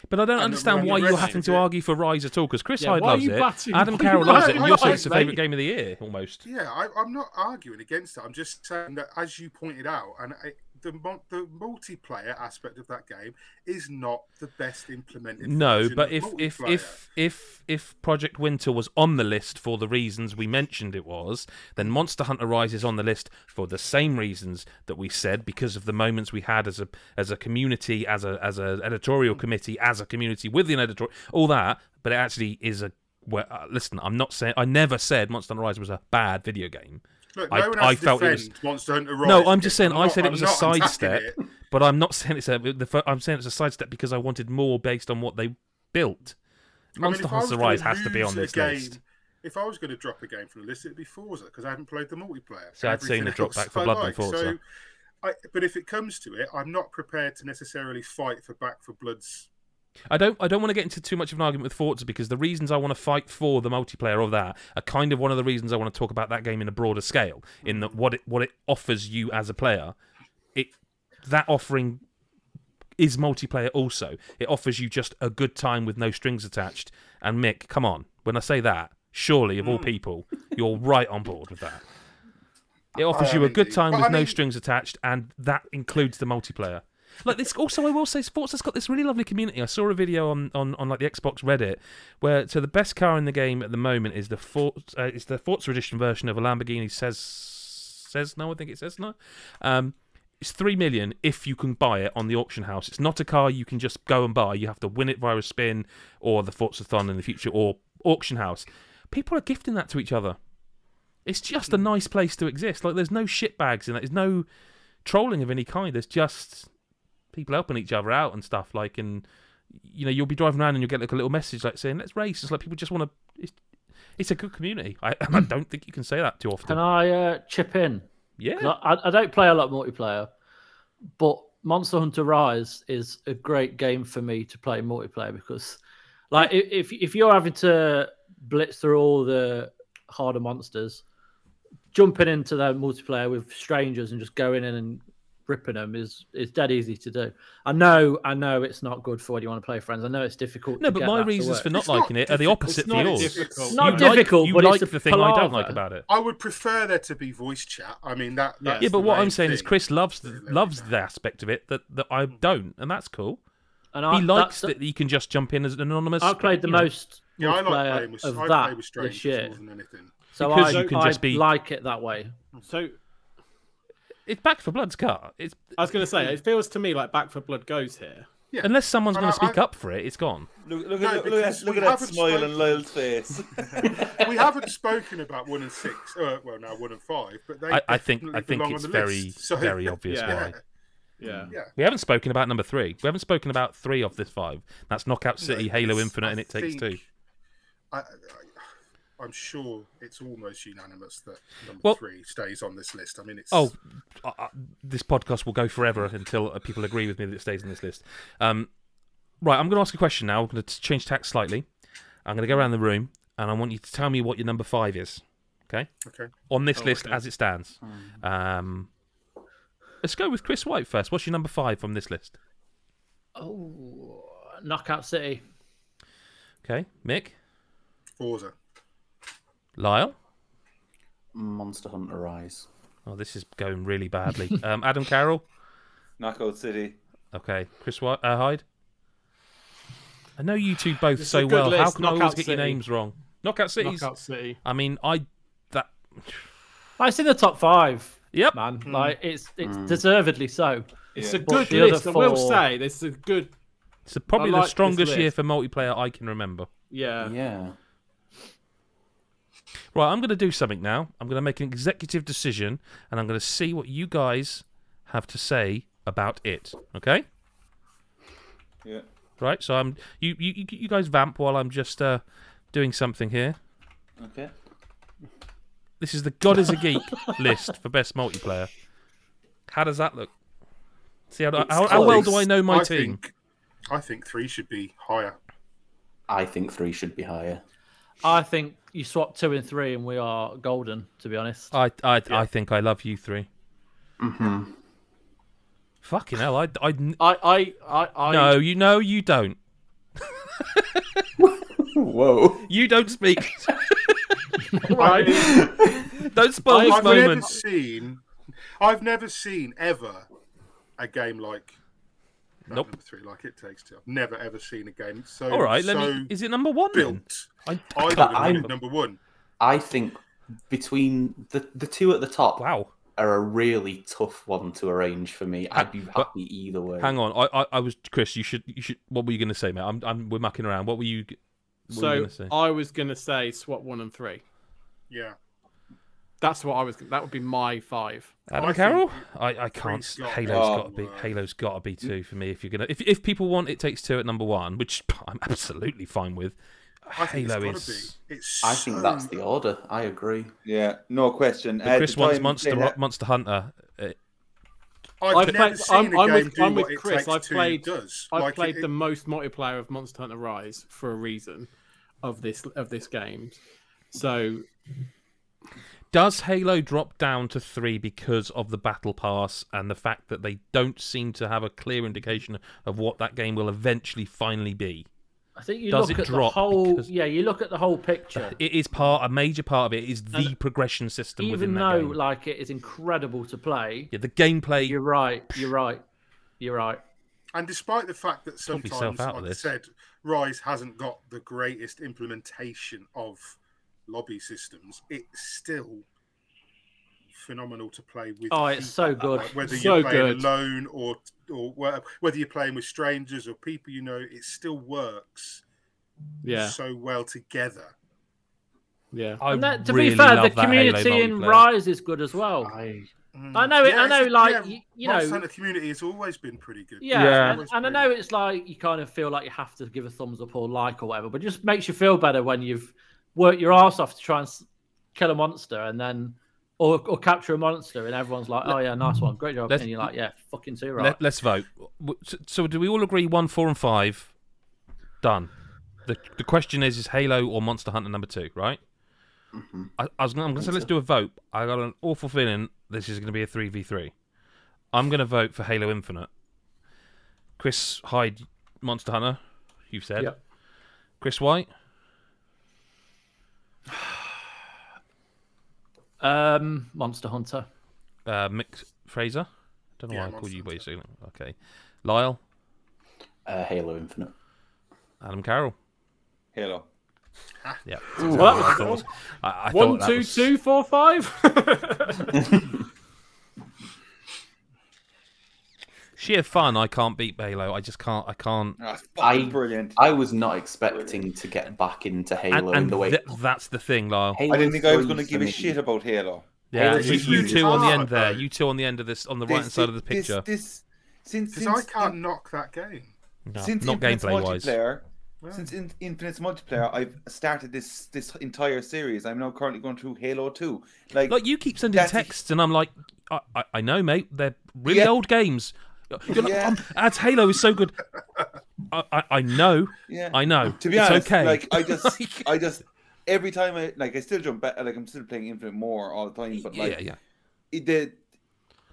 A: But I don't
C: the
A: understand
C: running
A: why you're
C: racing
A: having to
C: bit.
A: argue for Rise at all because Chris
D: Yeah,
A: Hyde
D: why are
A: loves
D: you
A: it.
D: batting-
A: Adam
D: why
A: Carroll
D: are
A: loves it,
D: you
A: and you're saying
D: batting,
A: it's the favourite
D: mate?
A: game of the year almost.
C: yeah, I, I'm not arguing against it. I'm just saying that, as you pointed out, and I, the mon- the multiplayer aspect of that game is not the best implemented.
A: No,
C: version of
A: but if if
C: multiplayer.
A: if if if Project Winter was on the list for the reasons we mentioned it was, then Monster Hunter Rise is on the list for the same reasons that we said because of the moments we had as a as a community, as a as a editorial committee, as a community with an editorial, all that. But it actually is a well, uh, listen, I'm not saying I never said Monster Hunter Rise was a bad video game.
C: Look,
A: I-
C: no one has
A: I
C: to
A: felt it was-
C: defend Monster Hunter Rise.
A: No, I'm just saying.
C: I'm
A: I
C: not-
A: said it
C: I'm
A: was a
C: not attacking
A: sidestep,
C: it.
A: but I'm not saying it's a. The, fir- I'm saying it's a sidestep because I wanted more based on what they built.
C: I mean,
A: Monster
C: if I was
A: Hunter
C: gonna
A: Rise has to be
C: lose
A: on
C: a
A: this
C: game-
A: list,
C: If I was going to drop a game from the list, it'd be Forza because I haven't played the multiplayer.
A: So I'd sooner
C: Everything
A: drop
C: else
A: Back for
C: I
A: Blood than
C: like.
A: Forza.
C: So, I, but if it comes to it, I'm not prepared to necessarily fight for Back for Blood's.
A: I don't. I don't want to get into too much of an argument with Forza because the reasons I want to fight for the multiplayer of that are kind of one of the reasons I want to talk about that game in a broader scale. In that what it what it offers you as a player, it that offering is multiplayer also. It offers you just a good time with no strings attached. And Mick, come on, when I say that, surely of all
C: Hmm.
A: people, you're right on board with that. It offers
C: I
A: you a
C: am
A: good
C: indeed.
A: time
C: But
A: with
C: I
A: no
C: mean-
A: strings attached, and that includes the multiplayer. Like this, also I will say, sports has got this really lovely community. I saw a video on, on, on like the Xbox Reddit where so the best car in the game at the moment is the Forza, uh, it's the Forza edition version of a Lamborghini Ces Cessna, I think it says no. Um, it's three million if you can buy it on the auction house. It's not a car you can just go and buy. You have to win it via a spin or the Forzathon in the future or auction house. People are gifting that to each other. It's just a
B: Mm.
A: nice place to exist. Like there's no shitbags in that. There's no trolling of any kind. There's just people helping each other out and stuff. Like and you know you'll be driving around and you'll get like a little message like saying let's race. It's like people just want to. It's, it's a good community. I, I don't think you can say that too often.
B: Can I uh, chip in?
A: yeah.
B: 'Cause I, I- I don't play a lot of multiplayer, but Monster Hunter Rise is a great game for me to play multiplayer because, like, i- if if you're having to blitz through all the harder monsters, jumping into their multiplayer with strangers and just going in and ripping them is is dead easy to do. I know, I know it's not good for when you want to play friends. I know it's difficult.
A: No,
B: to
A: but
B: get
A: my
B: that to
A: reasons
B: work.
A: for not
C: It's not
A: liking it are the
C: difficult.
A: opposite
D: It's
A: to
D: not
A: yours.
D: difficult.
A: You
B: Not
A: like-
B: difficult,
A: you
B: but
A: like
B: it's a
A: the thing I don't
B: palaver.
A: like about it.
C: I would prefer there to be voice chat. I mean that.
D: Yeah.
C: That's
A: Yeah, but
C: the
A: what
C: main
A: I'm saying is
C: thing.
A: Chris loves loves the aspect of it that, that I don't, and that's cool.
B: And
C: Ah,
A: He likes
B: that's-
A: that you can just jump in as an anonymous.
B: I've played the
A: you know.
B: most
C: Yeah, I like
B: multiplayer
C: playing with,
B: of
C: I play
B: that
C: with
B: this
C: strangers
B: year,
C: more than anything.
B: so I,
A: Because you can
B: I
A: just be-
B: like it that way.
D: So
A: It's back for blood's car. It's
D: I was going to say, it feels to me like Back for Blood goes here.
A: unless someone's going
C: I-
A: to speak
C: I-
A: up for it, it's gone.
E: Look, look,
C: No,
E: at, look, at,
C: because
E: look
C: we
E: at that
C: haven't
E: smile on
C: spoken.
E: Lyle's face.
C: we haven't spoken about one and six. Uh, well, now one and five, but they.
A: I, I think
C: definitely
A: I think
C: belong
A: it's
C: on the
A: very
C: list. So-
A: very obvious
D: yeah.
A: why.
D: Yeah.
C: Yeah.
A: We haven't spoken about number three. We haven't spoken about three of this five. That's Knockout City,
C: No,
A: Halo
C: it's-
A: Infinite,
C: I
A: and It Takes
C: think-
A: Two.
C: I, I, I'm sure it's almost unanimous that number
A: Well-
C: three stays on this list. I mean, it's
A: Oh, uh, uh, this podcast will go forever until uh, people agree with me that it stays on this list. Um, right, I'm going to ask a question now. I'm going to change tack slightly. I'm going to go around the room, and I want you to tell me what your number five is. Okay.
C: okay.
A: On this
D: Oh,
A: list
D: okay. Hmm.
A: as it stands. Um, let's go with Chris White first. What's your number five from this list?
B: Oh, Knockout City.
A: Okay, Mick,
C: Forza.
A: Lyle.
F: Monster Hunter Rise.
A: Oh, this is going really badly. Um, Adam Carroll.
E: Knockout City.
A: Okay, Chris White, uh, Hyde. I know you two both
D: is
A: so
D: a good
A: well. How
D: list.
A: can I always
D: Knockout
A: get your
D: City.
A: names wrong? Knockout Cities.
D: Knockout City.
A: I mean, I that.
B: I see the top five,
A: Yep.
B: man. Like it's it's
A: Hmm.
B: deservedly so.
D: It's
E: Yeah.
D: a
B: But
D: good
B: the other
D: list. I will
B: four-
D: say, this is a good.
A: It's probably
D: I like
A: the
D: this
A: strongest year
D: list.
A: for multiplayer I can remember.
D: Yeah.
F: Yeah.
A: Right, I'm going to do something now. I'm going to make an executive decision, and I'm going to see what you guys have to say about it. Okay.
E: Yeah.
A: Right. So I'm you you you- you guys vamp while I'm just uh doing something here.
F: Okay.
A: This is the God is a Geek list for best multiplayer. How does that look? See how, how, how well
F: close.
A: do I know my
C: I
A: team?
C: Think, I think three should be higher.
F: I think three should be higher.
B: I think you swap two and three, and we are golden. To be honest,
A: I I, I think I love you 3 Mm-hmm. Fucking hell! I, I
D: I, I, I, I
A: no, you know you don't.
F: Whoa.
A: You don't speak.
D: Right.
A: don't spoil
B: I-
A: this
C: I've never
A: moment.
C: seen. I've never seen ever a game like. that
A: Nope.
C: Number three, like it takes two. I've never ever seen a game so.
A: All right,
C: so
A: let me. Is it number one? Then?
C: built.
A: I,
C: I would
F: But
C: have
F: I'm-
C: put number one.
F: I think between the, the two at the top
A: wow.
F: are a really tough one to arrange for me. I'd be happy
A: but-
F: either way.
A: Hang on. I, I I was Chris. You should you should. What were you going to say, mate? I'm, I'm we're mucking around. What were you? g- What were you
D: so
A: gonna say?
D: I was going to say swap one and three.
C: Yeah.
D: That's what I was. That would be my five.
A: Adam
C: I think
A: Carroll? I, I can't. s-
C: got
A: Halo's
E: to
A: got to be
C: work.
A: Halo's got to be two for me. If you're gonna, if if people want, it takes two at number one, which I'm absolutely fine with.
C: I think
A: Halo
C: it's gotta
A: is.
C: Be. It's
F: I think
C: so-
E: Hmm.
F: that's the order. I agree.
E: Yeah. No question.
A: But
E: Uh,
A: Chris
E: the
A: wants
E: time
A: Monster
E: they
A: Ro-
E: had-
A: Monster Hunter. Uh,
C: I've,
D: I've
C: never
D: played-
C: seen
D: I'm-
C: a
D: I'm
C: game
D: with-
C: do
D: I'm
C: what
D: with
C: it
D: Chris.
C: takes
D: I've
C: two
D: played-
C: does.
D: I
C: Like,
D: played
C: it-
D: the most multiplayer of Monster Hunter Rise for a reason of this of this game. So
A: does Halo drop down to three because of the battle pass and the fact that they don't seem to have a clear indication of what that game will eventually finally be?
B: I think you
A: Does
B: look
A: it
B: at the
A: drop
B: whole.
A: because-
B: Yeah, you look at the whole picture.
A: It is part, a major part of it is the progression system within
B: Even
A: that
B: though,
A: game.
B: like, it is incredible to play.
A: yeah, the gameplay.
B: You're right. You're right. You're right.
C: And despite the fact that
A: Talk yourself
C: sometimes,
A: out of
C: like I
A: this.
C: said, Rise hasn't got the greatest implementation of lobby systems, it's still phenomenal to play with.
B: Oh, it's so
C: people.
B: good.
C: Like, whether
D: So
C: you're playing
D: good.
C: alone or or wh- whether you're playing with strangers or people you know, it still works
D: yeah,
C: so well together.
D: yeah.
A: I
B: And that, to
A: really
B: be fair,
A: love
B: the
A: that Halo
B: community in
A: multiplayer.
B: Rise is good as well.
C: Mm.
B: I know it- I know, like, y- you know-
C: the community has always been pretty good.
B: Yeah,
A: Yeah.
B: And, and I know it's like you kind of feel like you have to give a thumbs up or like or whatever, but it just makes you feel better when you've worked your ass off to try and s- kill a monster and then or, or capture a monster, and everyone's like, "Oh yeah, nice one, great job,"
A: Let's-
B: and you're like, "Yeah, fucking too right."
A: Let, let's vote. W- So, so do we all agree one, four, and five? Done. The, the question is: Is Halo or Monster Hunter number two? Right.
C: Mm-hmm.
A: I, I was. gonna- I'm going to say let's do a vote. I got an awful feeling this is going to be a three v three. I'm going to vote for Halo Infinite. Chris Hyde, Monster Hunter, you've said.
D: Yep.
A: Chris White,
B: Um, Monster Hunter.
A: uh, Mick Fraser. Don't know
C: Yeah,
A: why I called
C: Monster
A: you by your surname. Okay. Lyle,
F: Uh, Halo Infinite.
A: Adam Carroll.
E: Halo.
A: Yeah.
D: Well, that
A: I
D: was
A: thought- I, I thought
D: one,
A: that
D: two,
A: was-
D: two, four, five.
A: Sheer fun. I can't beat Halo. I just can't. I can't.
E: That's
F: I-
E: fucking brilliant.
F: I was not expecting to get back into Halo
A: and
F: in the way.
A: th- that's the thing, Lyle.
F: Halo
E: I didn't think I was
F: 3
E: going to
F: for
E: give a
F: me-
E: shit about Halo.
A: yeah,
F: Halo's
A: you,
F: just
A: you
F: really
A: two on the
C: hard,
A: end there.
C: though.
A: You two on the end of this, on the right hand
E: This-
A: side of the
E: this-
A: picture.
E: This, since
C: Because I
E: since
C: can't knock that game.
A: No,
E: since
A: not
E: Infinite's
A: gameplay wise.
E: multiplayer,
C: Yeah.
E: since in, Infinite's multiplayer, I've started this this entire series. I'm now currently going through Halo Two. Like,
A: Like you keep sending
E: That's-
A: texts, and I'm like, I, I, I know, mate. They're really
E: Yeah.
A: old games. You're like,
E: Yeah.
A: um, Ads Halo is so good. I, I, I know,
E: yeah.
A: I know.
E: to be
A: it's
E: honest,
A: okay.
E: like I just,
A: Like-
E: I just every time I like, I still jump back. Like I'm still playing Infinite more all the time. But like,
A: yeah, yeah.
E: It, the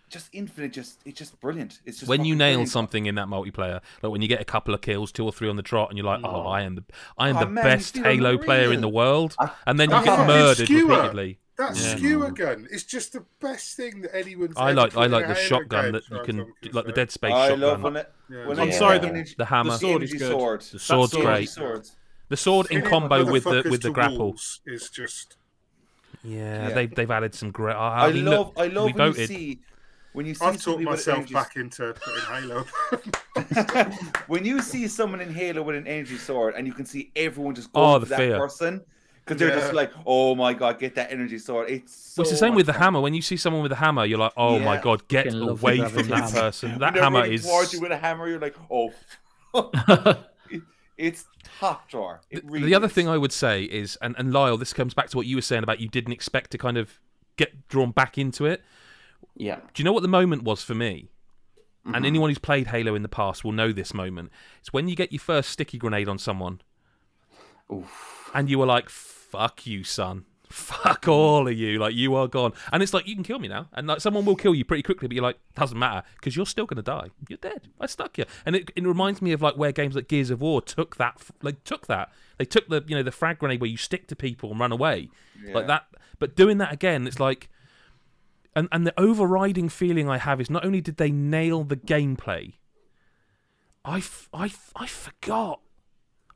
E: just Infinite, just it's just brilliant. It's just
A: When you
E: fucking
A: nail
E: brilliant.
A: something in that multiplayer, like when you get a couple of kills, two or three on the trot, and you're like, oh, I am the, I am
E: Oh,
A: the
E: man, you
A: best
E: feel
A: Halo player in
E: unreal.
A: the world,
F: I-
A: and then
C: I
A: you get
E: can't
A: murdered
C: skewer.
A: repeatedly.
C: That
A: Yeah.
C: skewer gun is just the best thing that anyone's.
A: I
C: ever
A: like,
C: put
A: I
C: in
A: like
C: a
A: the
C: Halo
A: shotgun
C: game,
A: that
C: as
A: you
C: far as
A: can,
C: I'm
A: like the
C: concerned.
A: Dead Space
E: I
A: shotgun,
E: love when it.
C: Yeah.
E: When
F: I'm
E: I
F: sorry,
E: get
F: the-
E: energy-
A: the hammer,
D: the
A: the,
D: sword-
E: energy
D: is good.
E: sword.
A: The sword's
D: sword
A: great.
D: is
E: Swords.
A: The sword in
C: Hitting
A: combo with the
C: motherfuckers
A: with the
C: to
A: grapple.
C: walls Is just
A: Yeah,
E: Yeah.
A: they've they've added some great.
E: I,
A: I, mean,
E: love,
A: look,
E: I love
A: we
E: when
A: voted.
E: you see when you see
C: I've talked
E: somebody with
C: myself
E: energy-
C: back into putting Halo.
E: when you see someone in Halo with an energy sword and you can see everyone just
A: Oh,
E: go
A: the
E: for that
A: fear.
E: person because they're just
C: Yeah.
E: like, oh my god, get that energy sword. It's so
A: Well, it's the same
E: much
A: with the
E: fun.
A: hammer. When you see someone with a hammer, you're like, "Oh my
E: Yeah.
A: god, get
B: Fucking love
A: away
B: the
A: from that
B: gravity.
A: person."
E: When
A: That
E: they're
A: hammer
E: running
A: is
E: towards you with a hammer. You're like, oh, it's top drawer. It really
A: the other
E: is.
A: thing I would say is, and, and Lyle, this comes back to what you were saying about you didn't expect to kind of get drawn back into it.
F: Yeah.
A: Do you know what the moment was for me? And
F: Mhm.
A: anyone who's played Halo in the past will know this moment. It's when you get your first sticky grenade on someone,
F: Oof.
A: and you were like, "Fuck you, son." Fuck all of you! Like you are gone, and it's like you can kill me now, and like someone will kill you pretty quickly, but you're like doesn't matter because you're still gonna die. You're dead. I stuck you, and it, it reminds me of like where games like Gears of War took that, f- like took that. They took the you know the frag grenade where you stick to people and run away
E: Yeah.
A: like that. But doing that again, it's like, and and the overriding feeling I have is not only did they nail the gameplay, I f- I f- I forgot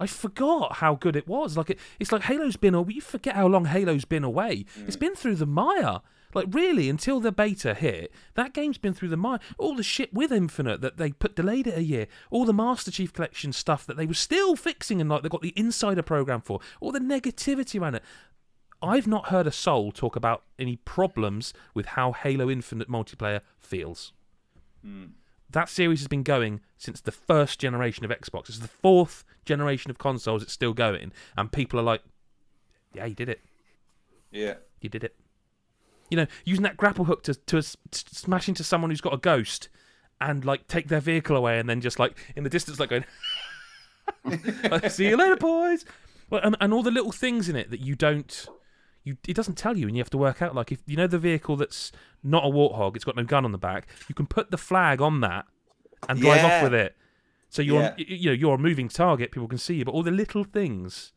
A: I forgot how good it was. Like it, it's like Halo's been away. You forget how long Halo's been away. It's been through the mire. Like really, until the beta hit, that game's been through the mire. All the shit with Infinite that they put delayed it a year. All the Master Chief Collection stuff that they were still fixing, and like they got the Insider program for. All the negativity around it. I've not heard a soul talk about any problems with how Halo Infinite multiplayer feels. That series has been going since the first generation of Xbox. It's the fourth generation of consoles. It's still going, and people are like, "Yeah, you did it.
E: Yeah.
A: You did it." You know, using that grapple hook to to s- s- smash into someone who's got a ghost, and like take their vehicle away, and then just like in the distance, like going, like, "See you later, boys." Well, and, and all the little things in it that you don't, you it doesn't tell you, and you have to work out. Like if you know the vehicle that's not a warthog, it's got no gun on the back. You can put the flag on that and drive
E: Yeah.
A: off with it. So you're
E: Yeah.
A: y- you know you're a moving target. People can see you, but all the little things.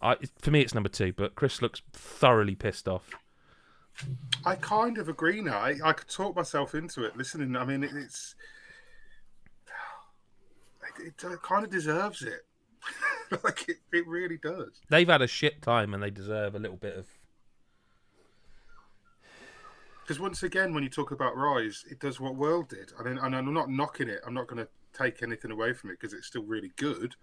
A: I, for me, it's number two, but Chris looks thoroughly pissed off.
C: I kind of agree now. I, I could talk myself into it. Listening, I mean, it, it's it, it kind of deserves it. like it, it really does.
A: They've had a shit time, and they deserve a little bit of.
C: Because once again, when you talk about Rise, it does what World did. I mean, and I'm not knocking it. I'm not going to take anything away from it because it's still really good.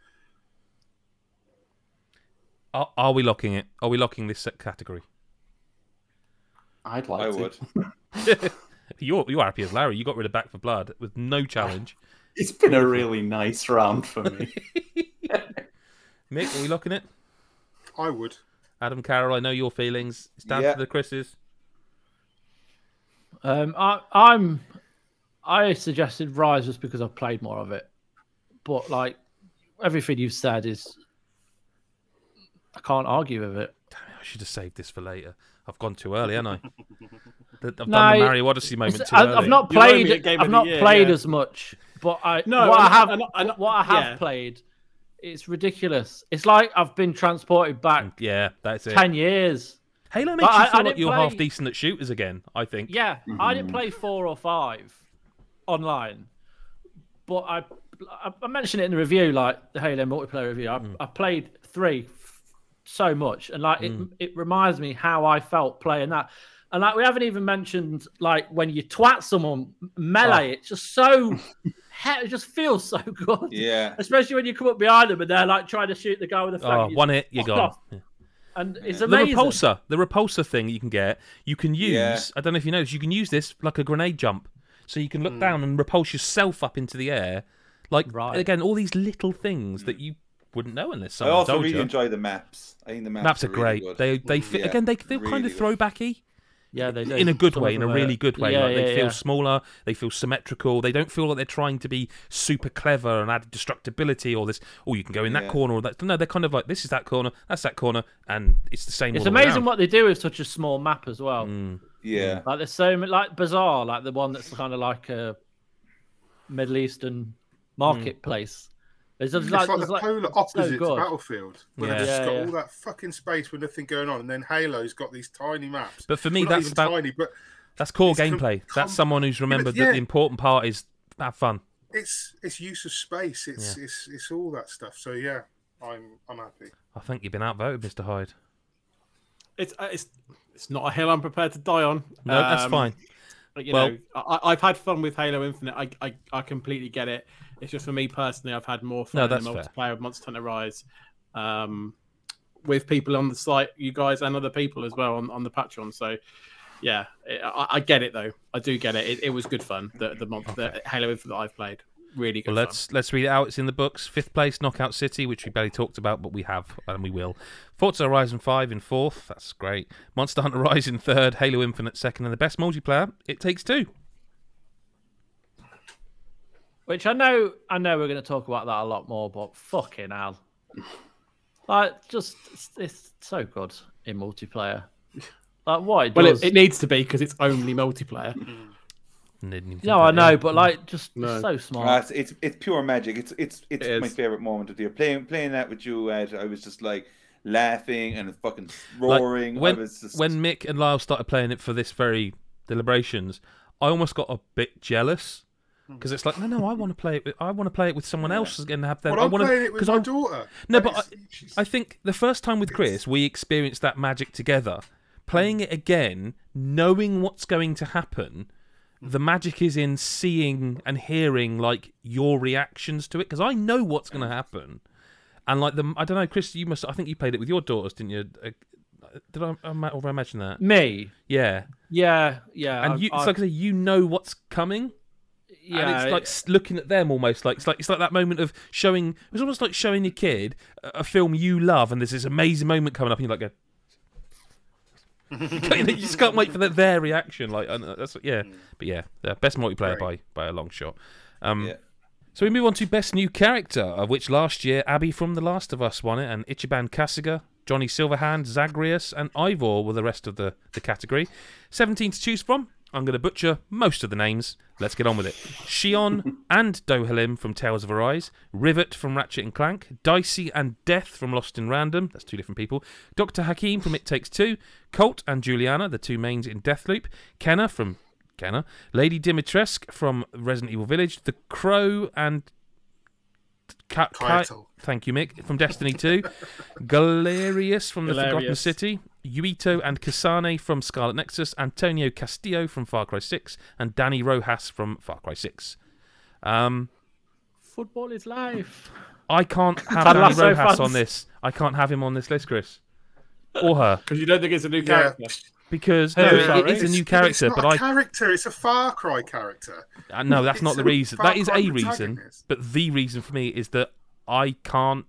A: Are, are we locking it? Are we locking this category?
F: I'd like
E: I
F: to.
E: would.
A: You're you are happy as Larry. You got rid of Back for Blood with no challenge.
F: It's been a really nice round for me.
A: Mick, are we locking it?
C: I would.
A: Adam Carroll, I know your feelings. It's down
E: Yeah.
A: to the Chris's.
B: Um, I, I'm. I suggested Rise just because I've played more of it, but like everything you've said is, I can't argue with it.
A: I should have saved this for later. I've gone too early, haven't I? I've done the
B: No,
A: Mario Odyssey moment too
B: It's- I,
A: early.
B: I've not
D: You owe me
B: played.
D: a game of
B: I've
D: the
B: not
D: year,
B: played
D: yeah.
B: as much, but I
D: No,
B: what I
D: I'm-
B: have
D: I'm not- I'm not-
B: what I have
D: yeah.
B: played. It's ridiculous. It's like I've been transported back
A: Yeah, that's it.
B: ten years.
A: Halo
B: But
A: makes
B: I-
A: you
B: I
A: feel like
B: didn't
A: you're
B: play-
A: half decent at shooters again. I think.
B: Yeah, I
A: Mm-hmm.
B: didn't play four or five online, but I I- I mentioned it in the review, like the Halo multiplayer review.
A: Mm.
B: I, I played three f- so much, and like
A: Mm.
B: it, it reminds me how I felt playing that. And like we haven't even mentioned, like when you twat someone
A: Ah.
B: melee, it's just so he- it just feels so good.
E: Yeah.
B: Especially when you come up behind them and they're like trying to shoot the guy with a
A: Oh,
B: flag.
A: one hit, you're
B: fuck
A: gone.
B: off. and it's
A: The
B: amazing.
A: repulsor, the repulsor thing you can get, you can use.
E: Yeah.
A: I don't know if you noticed, you can use this like a grenade jump, so you can look down and repulse yourself up into the air. Like
B: Hmm. Right.
A: again, all these little things that you wouldn't know unless
E: I
A: someone
E: also
A: told
E: really
A: you.
E: enjoy the maps. I think the maps,
A: Maps are
E: really
A: great.
E: good.
A: They they fit
E: Yeah,
A: again. They feel kind
E: really
A: of
E: good.
A: throwbacky
B: Yeah, they do.
A: in a good
B: Some
A: way,
B: of
A: in a
B: them are-
A: really good way.
B: Yeah,
A: like they
B: yeah,
A: feel
B: yeah.
A: smaller, they feel symmetrical. They don't feel like they're trying to be super clever and add destructibility or this. Oh, you can go in that
E: Yeah.
A: corner or that. No, they're kind of like this is that corner, that's that corner, and it's the same.
B: It's
A: all the way
B: amazing
A: around.
B: what they do with such a small map as well.
C: Hmm.
E: Yeah.
B: Like there's so many, like bizarre, like the one that's kind of like a Middle Eastern marketplace. There's just
C: Hmm. It's
B: like,
C: like,
B: there's
C: the
B: like
C: polar opposite
B: good.
C: to Battlefield, where
A: Yeah.
C: they've just
B: Yeah,
C: got
B: yeah.
C: all that fucking space with nothing going on, and then Halo's got these tiny maps.
A: But for me,
C: Well, not
A: that's
C: even
A: about-
C: tiny, but
A: That's core
C: It's com-
A: gameplay.
C: com-
A: That's someone who's remembered that
C: yeah.
A: the important part is have fun.
C: it's it's use of space. It's it's it's all that stuff. So yeah, I'm I'm happy.
A: I think you've been outvoted, Mr. Hyde.
D: It's uh, it's it's not a hill I'm prepared to die on.
A: No, that's
D: Um,
A: fine.
D: But, you
A: Well-
D: know, I, I've had fun with Halo Infinite. I, I I completely get it. It's just for me personally, I've had more
A: No,
D: fun in the
A: that's
D: multiplayer of Monster Hunter Rise, um, with people on the site, you guys and other people as well on, on the Patreon. So, yeah, it, I, I get it though. I do get it. It, it was good fun. The the, mon- the Halo Infinite I've played, really good.
A: Well,
D: fun.
A: let's let's read it out. It's in the books. Fifth place, Knockout City, which we barely talked about, but we have and we will. Forza Horizon Five in fourth. That's great. Monster Hunter Rise in third. Halo Infinite second, and the best multiplayer. It takes two.
B: which I know, I know we're going to talk about that a lot more, but fucking hell, like just it's, it's so good in multiplayer. Like what it
D: Well,
B: does.
D: it, it needs to be because it's only multiplayer.
A: Didn't even
B: no, I
A: think
B: know,
A: about it.
B: but like just
D: No.
B: so smart.
E: Uh, it's, it's it's pure magic. It's it's it's
D: It
E: my
D: is.
E: favorite moment of the year. Playing playing that with you, Ed, I was just like laughing and fucking roaring. I
A: when
E: was Oh, just,
A: when Mick and Lyle started playing it for this very deliberations, I almost got a bit jealous
C: Hmm.
A: because it's like, no, no, I want to play it. With, I want to play it with someone else and have them.
C: Well, I'm
A: I want
C: playing it with my
A: I,
C: daughter.
A: No,
C: and
A: but
C: it's- she's-
A: I think the first time with Chris, we experienced that magic together. Playing it again, knowing what's going to happen, the magic is in seeing and hearing like your reactions to it because I know what's going to happen. And like the, I don't know, Chris, you must. I think you played it with your daughters, didn't you? Uh, Did I, I ma- or I imagine that?
B: Me,
A: Yeah,
B: yeah, yeah,
A: and
B: I've-
A: you, it's
B: I've-
A: like I say, you know what's coming, and
B: yeah,
A: it's like s- looking at them almost like it's like it's like that moment of showing. It's almost like showing your kid a, a film you love, and there's this amazing moment coming up, and you're like, go, you, know, you just can't wait for the, their reaction. Like and uh, that's what- yeah, but yeah, the best multiplayer by by a long shot. Um,
E: Yeah.
A: So we move on to best new character, of which last year Abby from The Last of Us won it, and Ichiban Kasuga, Johnny Silverhand, Zagreus, and Ivor were the rest of the the category. Seventeen to choose from. I'm going to butcher most of the names. Let's get on with it. Shion and Dohalim from Tales of Arise, Rivet from Ratchet and Clank, Dicey and Death from Lost in Random. That's two different people. Dr. Hakim from It Takes Two, Colt and Juliana, the two mains in Deathloop, Kenna from Kenna, Lady Dimitrescu from Resident Evil Village, The Crow and Ka- Ka-
C: Kaito.
A: Thank you, Mick, from Destiny 2, Galerius from The Forgotten
D: Galerius.
A: City, Yuito and Kasane from Scarlet Nexus, Antonio Castillo from Far Cry 6, and Danny Rojas from Far Cry 6. Um,
B: football is life.
A: I can't have
B: Ted
A: Danny
B: Lasso
A: Rojas
B: fans.
A: on this. I can't have him on this list, Chris, or her,
D: Because you don't think it's a new
C: yeah.
D: character.
A: because
B: Her,
A: no, it-
B: sorry.
A: it is a new
C: It's-
A: character.
C: it's not
A: but
C: a
A: I
C: character. It's a Far Cry character.
A: Uh, no, that's
C: It's
A: not the
C: a
A: reason.
C: Far
A: That is
C: Cry
A: a reason,
C: protagonist.
A: but the reason for me is that I can't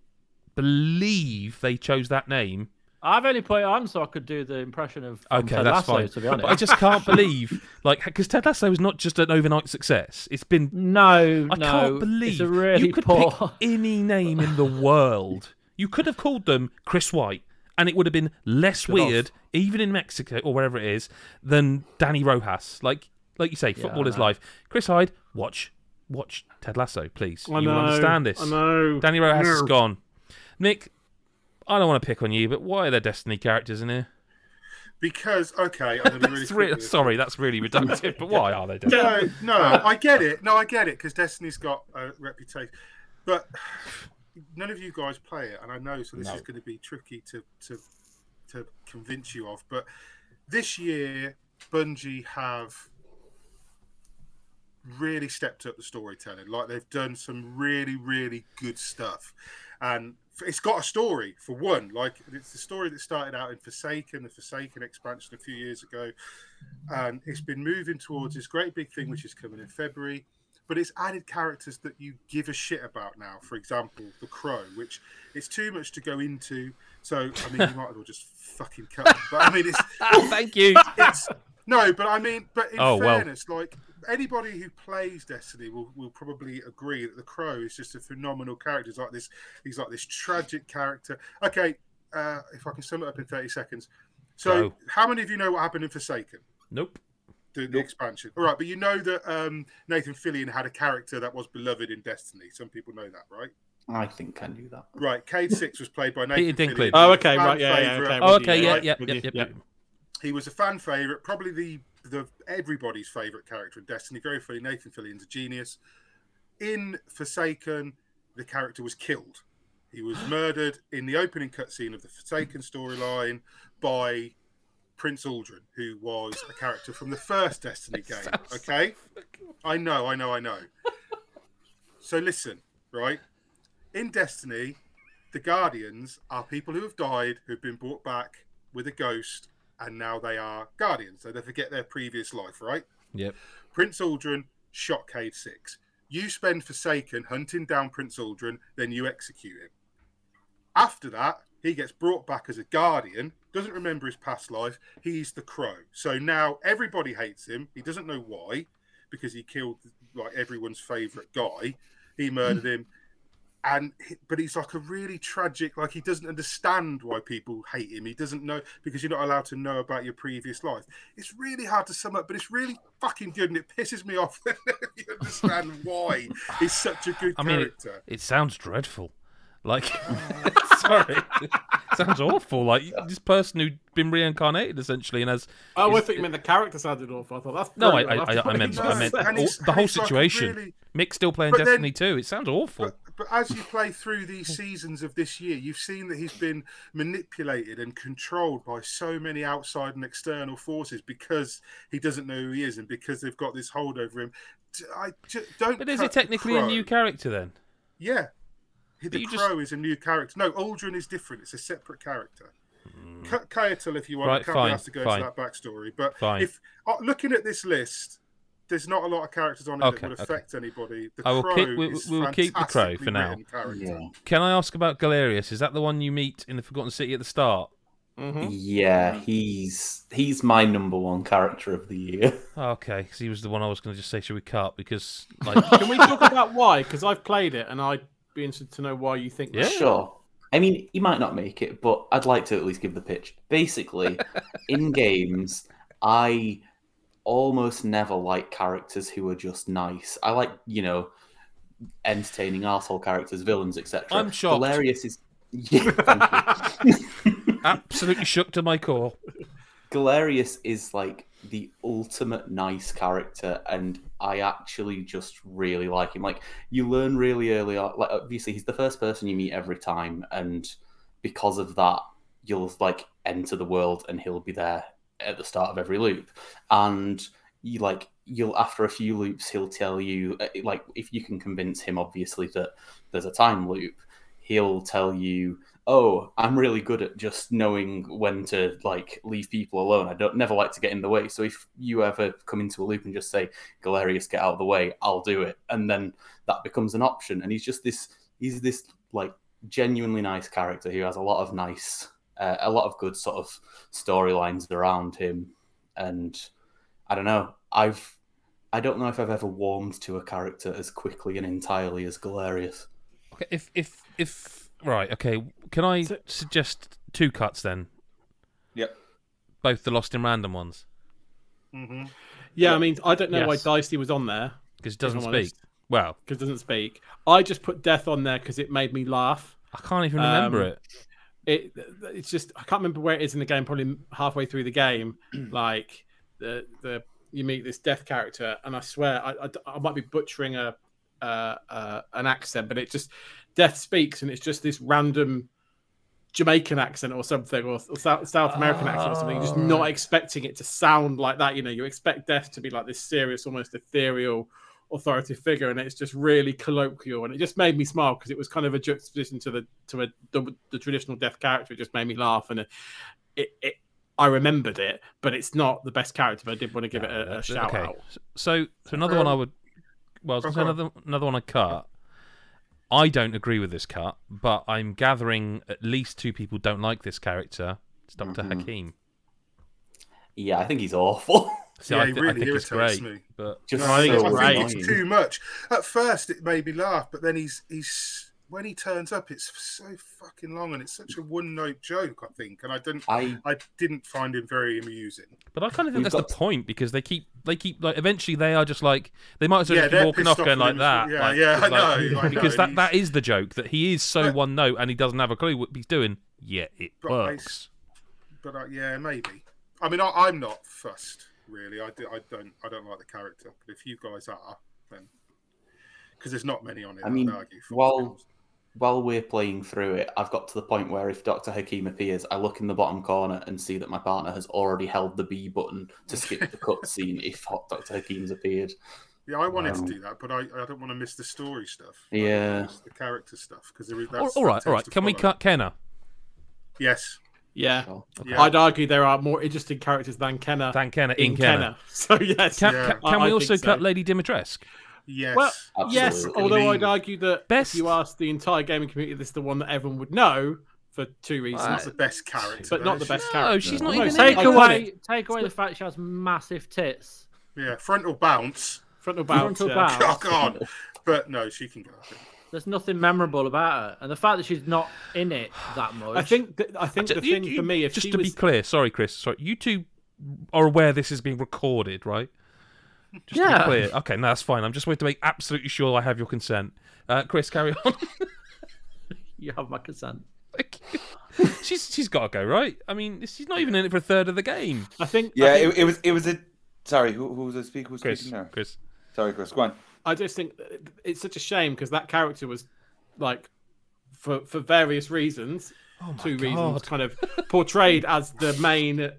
A: believe they chose that name.
B: I've only put it on so I could do the impression of from
A: Okay,
B: Ted
A: that's
B: Lasso,
A: fine.
B: To be
A: but
B: honest,
A: I just can't believe, like, because Ted Lasso is not just an overnight success. It's been.
B: No,
A: I
B: no.
A: can't believe
B: it's a really
A: you could
B: poor.
A: pick any name in the world. You could have called them Chris White, and it would have been less
F: Good off.
A: weird, even in Mexico or wherever it is, than Danny Rojas. Like, like you say, football
B: I
A: is
B: know.
A: life. Chris Hyde, watch, watch Ted Lasso, please.
D: I
A: you
D: know,
A: will understand this.
D: I know.
A: Danny Rojas is
D: No.
A: gone. Nick, I don't want to pick on you, but why are there Destiny characters in here?
C: Because okay, I'm gonna be really
A: That's
C: quick
A: re-
C: with this.
A: sorry, that's really reductive, but why are they Destiny?
C: No, no, I get it. No, I get it because Destiny's got a reputation, but none of you guys play it, and I know, so this is going to be tricky to to to convince you of. But this year, Bungie have really stepped up the storytelling. Like they've done some really, really good stuff, and f- it's got a story for one. Like it's the story that started out in Forsaken, the Forsaken expansion a few years ago, and it's been moving towards this great big thing which is coming in February. But it's added characters that you give a shit about now. For example, the Crow, which it's too much to go into. So I mean, you might as well just fucking cut. Them. But I mean, it's
A: Thank you.
C: it's no, but I mean, but in
A: Oh, well.
C: fairness, like anybody who plays Destiny will, will probably agree that the Crow is just a phenomenal character. He's like this, he's like this tragic character. Okay, uh, if I can sum it up in thirty seconds. So,
A: Go.
C: how many of you know what happened in Forsaken?
A: Nope.
C: The, the expansion. All right, but you know that um, Nathan Fillion had a character that was beloved in Destiny. Some people know that, right?
F: I think I knew that.
C: Right. Cade Six was played by Nathan
A: Peter
C: Fillion.
A: Dinklage.
D: Oh, okay,
C: Fan
D: right, yeah, yeah,
C: favourite.
D: okay.
A: Oh,
D: with you,
A: okay, yeah,
D: right,
A: yeah,
D: with
A: yeah,
D: you,
A: yeah,
D: yeah.
C: he was a fan favorite, probably the the everybody's favorite character in Destiny. Very funny. Nathan Fillion's a genius. In Forsaken, the character was killed. He was murdered in the opening cutscene of the Forsaken storyline by Prince Aldrin, who was a character from the first Destiny game. Okay, I know, I know, I know. So listen, right? In Destiny, the Guardians are people who have died, who have been brought back with a ghost, and now they are guardians. So they forget their previous life, right?
A: Yep.
C: Prince Aldrin shot Cade Six. You spend Forsaken hunting down Prince Aldrin, then you execute him. After that, he gets brought back as a guardian, doesn't remember his past life. He's the crow. So now everybody hates him. He doesn't know why, because he killed like everyone's favorite guy. He murdered him. And he- but he's like a really tragic, like he doesn't understand why people hate him. He doesn't know because you're not allowed to know about your previous life. It's really hard to sum up, but it's really fucking good, and it pisses me off that you understand why he's such a good
A: I mean, it-
C: character.
A: It sounds dreadful. Like, sorry, It sounds awful. Like this person who'd been reincarnated essentially and has
D: Oh, I
A: Is-
D: think you meant the character sounded awful. I thought that's
A: no. I, I,
D: brutal.
A: I, I meant, I meant
C: And
A: all,
C: it's-
A: the whole
C: and it's like a
A: situation.
C: really-
A: Mick still playing
C: But then-
A: Destiny too. It sounds awful.
C: But, but as you play through these seasons of this year, you've seen that he's been manipulated and controlled by so many outside and external forces because he doesn't know who he is and because they've got this hold over him. D- I ju- don't.
A: But is
C: cut
A: it
C: the
A: technically a
C: Crow.
A: new character then?
C: Yeah. The
A: you just-
C: Crow is a new character. No, Aldrin is different. It's a separate character. Cut Caetel, if you want,
A: Mm. Right,
C: I can't
A: fine,
C: be asked to go
A: fine.
C: into that backstory. But
A: Fine.
C: if uh, looking at this list, there's not a lot of characters on it
A: Okay,
C: that would
A: okay.
C: affect anybody. The
A: I will
C: Crow
A: keep- we-
C: is
A: we will keep the Crow for
C: fantastically
A: now.
C: written character.
A: Can I ask about Galerius? Is that the one you meet in the Forgotten City at the start? Hmm? Mm-hmm.
D: Mhm.
F: Yeah, he's he's my number one character of the year.
A: Oh, okay, because he was the one I was going to just say should we cut because like
D: Can we talk about why? Because I've played it, and I'd be interested to know why you think.
A: Yeah.
D: that.
F: Sure. I mean, he might not make it, but I'd like to at least give the pitch. Basically, in games, I almost never like characters who are just nice. I like, you know, entertaining arsehole characters, villains, etc.
A: I'm shocked.
F: Galerius is. Yeah, thank you.
A: absolutely shook to my core.
F: Galerius is like the ultimate nice character, and I actually just really like him. Like you learn really early on. Like obviously, he's the first person you meet every time, and because of that, you'll like enter the world, and he'll be there at the start of every loop. And you like you'll after a few loops, he'll tell you uh, like if you can convince him, obviously that there's a time loop. He'll tell you oh, I'm really good at just knowing when to like leave people alone. I don't never like to get in the way. So if you ever come into a loop and just say, Galerius, get out of the way, I'll do it. And then that becomes an option. And he's just this he's this like genuinely nice character who has a lot of nice uh, a lot of good sort of storylines around him. And I don't know. I've I don't know if I've ever warmed to a character as quickly and entirely as Galerius.
A: Okay, if if if right, okay. Can I
D: So-
A: suggest two cuts then,
E: Yep.
A: both the Lost in Random ones,
C: hmm
D: Yeah, I mean, I don't know
B: Yes.
D: why Dicey was on there
A: because it doesn't
D: I'm
A: speak.
D: honest.
A: Well,
D: because it doesn't speak. I just put death on there because it made me laugh.
A: I can't even remember
D: Um,
A: it.
D: It it's just I can't remember where it is in the game. Probably halfway through the game, like the the you meet this death character, and I swear I, I, I might be butchering a uh, uh, an accent, but it just death speaks, and it's just this random. Jamaican accent or something, or, or South, South American accent or something. You're just
A: Oh,
D: not
A: right.
D: expecting it to sound like that. You know, you expect Death to be like this serious, almost ethereal, authority figure, and it's just really colloquial, and it just made me smile because it was kind of a juxtaposition to the to a, the, the traditional death character. It just made me laugh, and it, it, it I remembered it, but it's not the best character. But I did want to give it a, a shout out.
A: So, so another one I would. Well, I was gonna say
C: Uh-huh.
A: another another one I cut. I don't agree with this cut, but I'm gathering at least two people don't like this character. It's Doctor
C: Mm-hmm.
F: Mhm.
A: Hakim.
F: Yeah, I think he's awful.
A: See,
C: Yeah,
A: I,
C: he
A: thi- I
C: really
A: think it's
C: irritates
A: great,
C: me.
A: but
F: Just
D: No, I think
F: so
D: it's
C: I
D: great.
C: think
F: annoying.
C: it's too much. At first, it made me laugh, but then he's he's when he turns up, it's so fucking long, and it's such a one-note joke. I think, and I didn't
F: I
C: I didn't find him very amusing.
A: but I kind of think
F: We've
A: that's the
F: got-
A: point because they keep they keep like eventually they are just like they might as well
C: Yeah,
A: just be
C: they're
A: walking
C: pissed
A: off
C: off
A: going
C: with
A: like
C: him
A: that.
C: as well.
A: like,
C: Yeah, yeah, I
A: because,
C: know, I
A: like- because
C: know,
A: that
C: and
A: that is the joke that he is so
C: But-
A: one note and he doesn't have a clue what he's doing. Yeah, it
C: But I-
A: works.
C: But uh, yeah, maybe. I mean, I, I'm not fussed really. I, do, I don't I don't like the character, but if you guys are, then because there's not many on it.
F: I mean,
C: I'd argue. for,
F: while-
C: to be honest.
F: while we're playing through it, I've got to the point where if Dr. Hakim appears, I look in the bottom corner and see that my partner has already held the B button to skip the cutscene if Hot Dr. Hakim's appeared.
C: yeah, I wanted
F: Wow.
C: to do that, but I, I don't want to miss the story stuff. I don't
F: um, Yeah.
C: wanna miss the character stuff because there is
A: All-
C: that's,
A: all right,
C: that
A: all right.
C: tends to
A: Can we
C: follow.
A: cut Kenner?
C: Yes.
D: Yeah.
C: Yeah.
D: I'd argue there are more interesting characters than Kenner
A: Thank Kenner in, Kenner.
D: So yes,
A: Can,
C: Yeah.
A: can,
D: I-
A: can we
D: I
A: also
D: think so.
A: cut Lady Dimitrescu?
C: yes.
D: Well, yes. oh,
F: Absolutely.
D: Although
C: I
D: I'd
C: mean-
D: argue that
A: Best-
D: if you asked the entire gaming community, this is the one that everyone would know for two
C: That's
D: reasons.
C: the best character,
D: but not
C: though.
D: the best
A: No,
D: character.
A: Oh, she's not
D: No,
A: even in
D: say
B: Take
A: it.
D: I got
B: away,
D: it.
B: take away the fact she has massive tits.
C: Yeah, frontal bounce.
D: Frontal bounce.
B: Frontal
D: yeah.
F: Oh,
B: bounce.
C: Fuck on. But no, she can go. I think.
B: There's nothing memorable about her, and the fact that she's not in it that much.
D: I think that, I think the
A: You-
D: thing
A: you-
D: for me, if
A: just
D: she
A: to
D: was,
A: be clear, sorry, Chris, sorry, you two are aware this is being recorded, right? Just to
B: Yeah.
A: be clear. Okay, no, that's fine. I'm just waiting to make absolutely sure I have your consent. Uh, Chris, carry on.
B: you have my consent.
A: Thank you. she's she's got to go, right? I mean, she's not even in it for a third of the game.
D: I think,
E: Yeah,
D: I, think-
E: it, it was. It was a. Sorry, who, who was I speaking? Who was
A: Chris,
E: speaking there?
A: Chris,
E: Sorry, Chris. Go on.
D: I just think it's such a shame because that character was like, for for various reasons,
A: oh my
D: two
A: God.
D: reasons, kind of portrayed as the main, the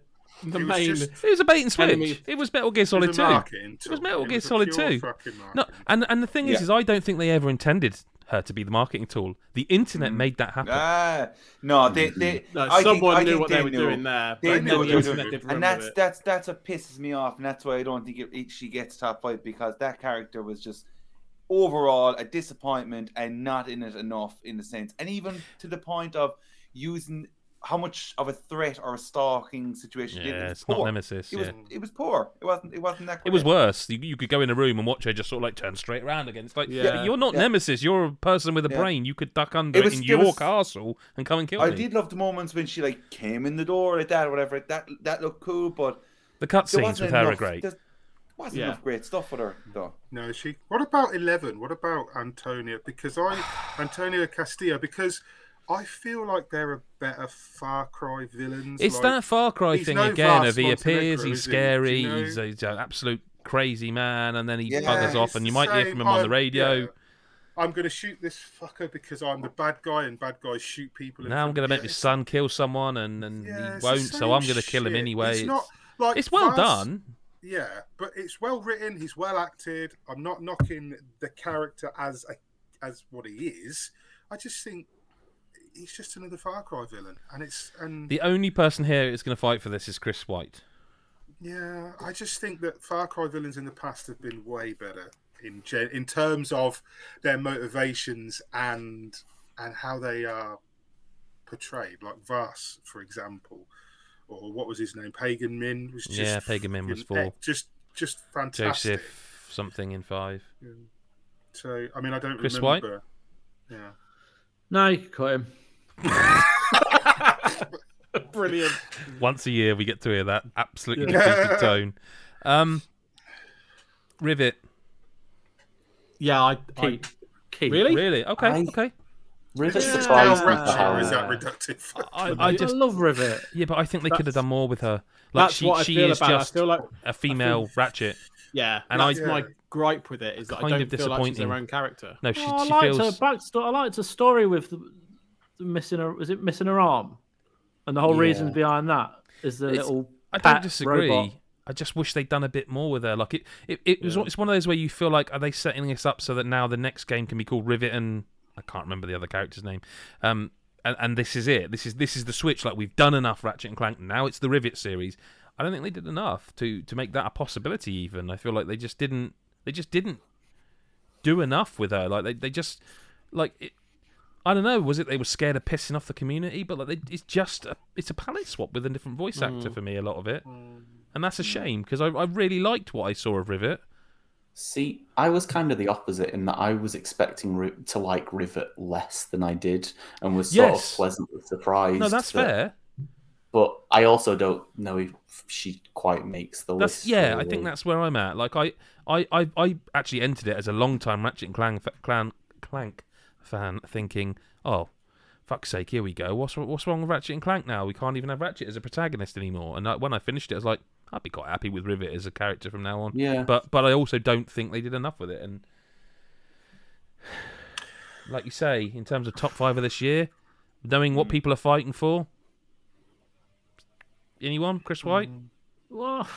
C: He was
D: main.
C: just-
A: It was a bait and switch.
D: Enemy-
A: It was Metal Gear
C: It was
A: Solid
C: a
A: Two.
C: marketing
A: was
C: tool.
A: Metal Gear
C: was a
A: Solid
C: pure
A: 2.
C: fucking
A: No,
C: marketing
A: and and the thing is,
E: Yeah.
A: is I don't think they ever intended her to be the marketing tool. The internet made that happen.
E: Ah, no, they. they
D: no,
E: I think-
D: someone
E: I
D: knew
E: think
D: what they, were
E: knew.
D: doing there.
E: They
D: but
E: knew
D: then
E: what
D: the
E: they were
D: internet
E: doing.
D: didn't
E: and
D: remember
E: that's
D: it.
E: that's that's what pisses me off, and that's why I don't think it, it, she gets top five because that character was just overall a disappointment and not in it enough in the sense, and even to the point of using how much of a threat or a stalking situation she did.
A: Yeah,
E: It was
A: it's not
E: poor.
A: Nemesis.
E: It
A: yeah.
E: was it was poor. It wasn't it wasn't that.
A: It was
E: great.
A: worse. You, you could go in a room and watch her just sort of like turn straight around again. It's like
D: Yeah.
A: "But you're not
E: Yeah.
A: Nemesis. You're a person with a
E: Yeah.
A: brain. You could duck under
E: It
A: it
E: was-
A: in
E: it
A: your
E: was-
A: castle and come and kill
E: I
A: me.
E: did love the moments when she like came in the door like that or whatever. That that looked cool, but
A: The
E: there
A: cutscenes
E: wasn't
A: with her are
E: enough-
A: great.
E: there wasn't
D: Yeah.
E: enough great stuff with her though.
C: No, she. What about eleven? What about Antonia? Because I, Antonio Castillo. Because I feel like there are better Far Cry villains.
A: It's
C: like,
A: that Far Cry
C: he's
A: thing
C: no
A: again.
C: Vas
A: Of he appears, he's
C: Montenegro, is he? Do you
A: scary,
C: know?
A: he's, a, he's an absolute crazy man, and then he
E: Yeah,
A: buggers
E: it's
A: off, and you might hear
C: same.
A: from him on the
C: I'm-
A: radio.
C: yeah. I'm going to shoot this fucker because I'm the bad guy, and bad guys shoot people.
A: Now I'm going to make my son kill someone, and, and he won't, so I'm going to kill him anyway.
C: It's,
A: It's,
C: not like
A: it's well
C: Vas-
A: done.
C: Yeah, but it's well written. He's well acted. I'm not knocking the character as a, as what he is. I just think he's just another Far Cry villain, and it's and
A: The only person here that's going to fight for this is Chris White.
C: yeah, I just think that Far Cry villains in the past have been way better in gen- in terms of their motivations and and how they are portrayed. Like Vas, for example, or what was his name? Pagan Min was just
A: Yeah, Pagan Min was
C: fucking-
A: four.
C: just just fantastic.
A: Joseph something in five.
C: So I mean, I don't
A: Chris White?
C: remember. Yeah.
B: No, you can cut him.
D: Brilliant.
A: Once a year, we get to hear that absolutely
C: Yeah.
A: defeated tone. Um, Rivet,
D: Yeah, I, I
B: Keith. Keith.
D: really.
A: really? Okay,
F: I-
A: okay.
F: Rivet
C: Just how
F: surprised me
C: ratchet
F: how-
C: is that reductive?
A: I,
B: I,
A: I just
B: love Rivet.
A: yeah, but I think they could have
D: That's-
A: done more with her. Like
D: That's
A: she,
D: what I
A: she
D: feel
A: is
D: about. it.
A: just
D: I feel like
A: a female Ratchet.
D: yeah,
A: and
D: and
A: I-
D: that's my
C: Yeah.
D: gripe with it is that I
A: Kind
D: don't
A: of
D: feel like she's
A: disappointing.
D: her own character.
A: No, she,
B: Oh, I
A: she
B: liked
A: feels
B: her backstory. I liked her story with the, the missing her. Was it missing her arm? And the whole reason
F: Yeah.
B: behind that is the
A: It's-
B: little.
A: I don't
B: pat
A: disagree.
B: robot.
A: I just wish they'd done a bit more with her. Like it, it, it was. It's one of those where you feel like, are they setting this up so that now the next game can be called Rivet and I can't remember the other character's name. Um, and, and this is it. This is this is the switch. Like we've done enough Ratchet and Clank. Now it's the Rivet series. I don't think they did enough to to make that a possibility. Even I feel like they just didn't. They just didn't do enough with her. Like they, they just like it, I don't know. Was it they were scared of pissing off the community? But like they, it's just a, it's a palette swap with a different voice actor for me. A lot of it, and that's a shame because I, I really liked what I saw of Rivet.
F: See, I was kind of the opposite in that I was expecting Ri- to like Rivet less than I did, and was sort
A: Yes.
F: of pleasantly surprised.
A: No, that's
F: that-
A: fair.
F: But I also don't know if she quite makes the
A: That's
F: list.
A: yeah. I
F: really.
A: think that's where I'm at. Like I I I, I actually entered it as a long time Ratchet and Clank Clan Clank fan, thinking, oh. Fuck's sake! Here we go. What's what's wrong with Ratchet and Clank now? We can't even have Ratchet as a protagonist anymore. And I, when I finished it, I was like, I'd be quite happy with Rivet as a character from now on.
F: Yeah.
A: but but I also don't think they did enough with it. And like you say, in terms of top five of this year, knowing
D: Hmm.
A: what people are fighting for, anyone? Chris White?
D: Hmm.
B: Well,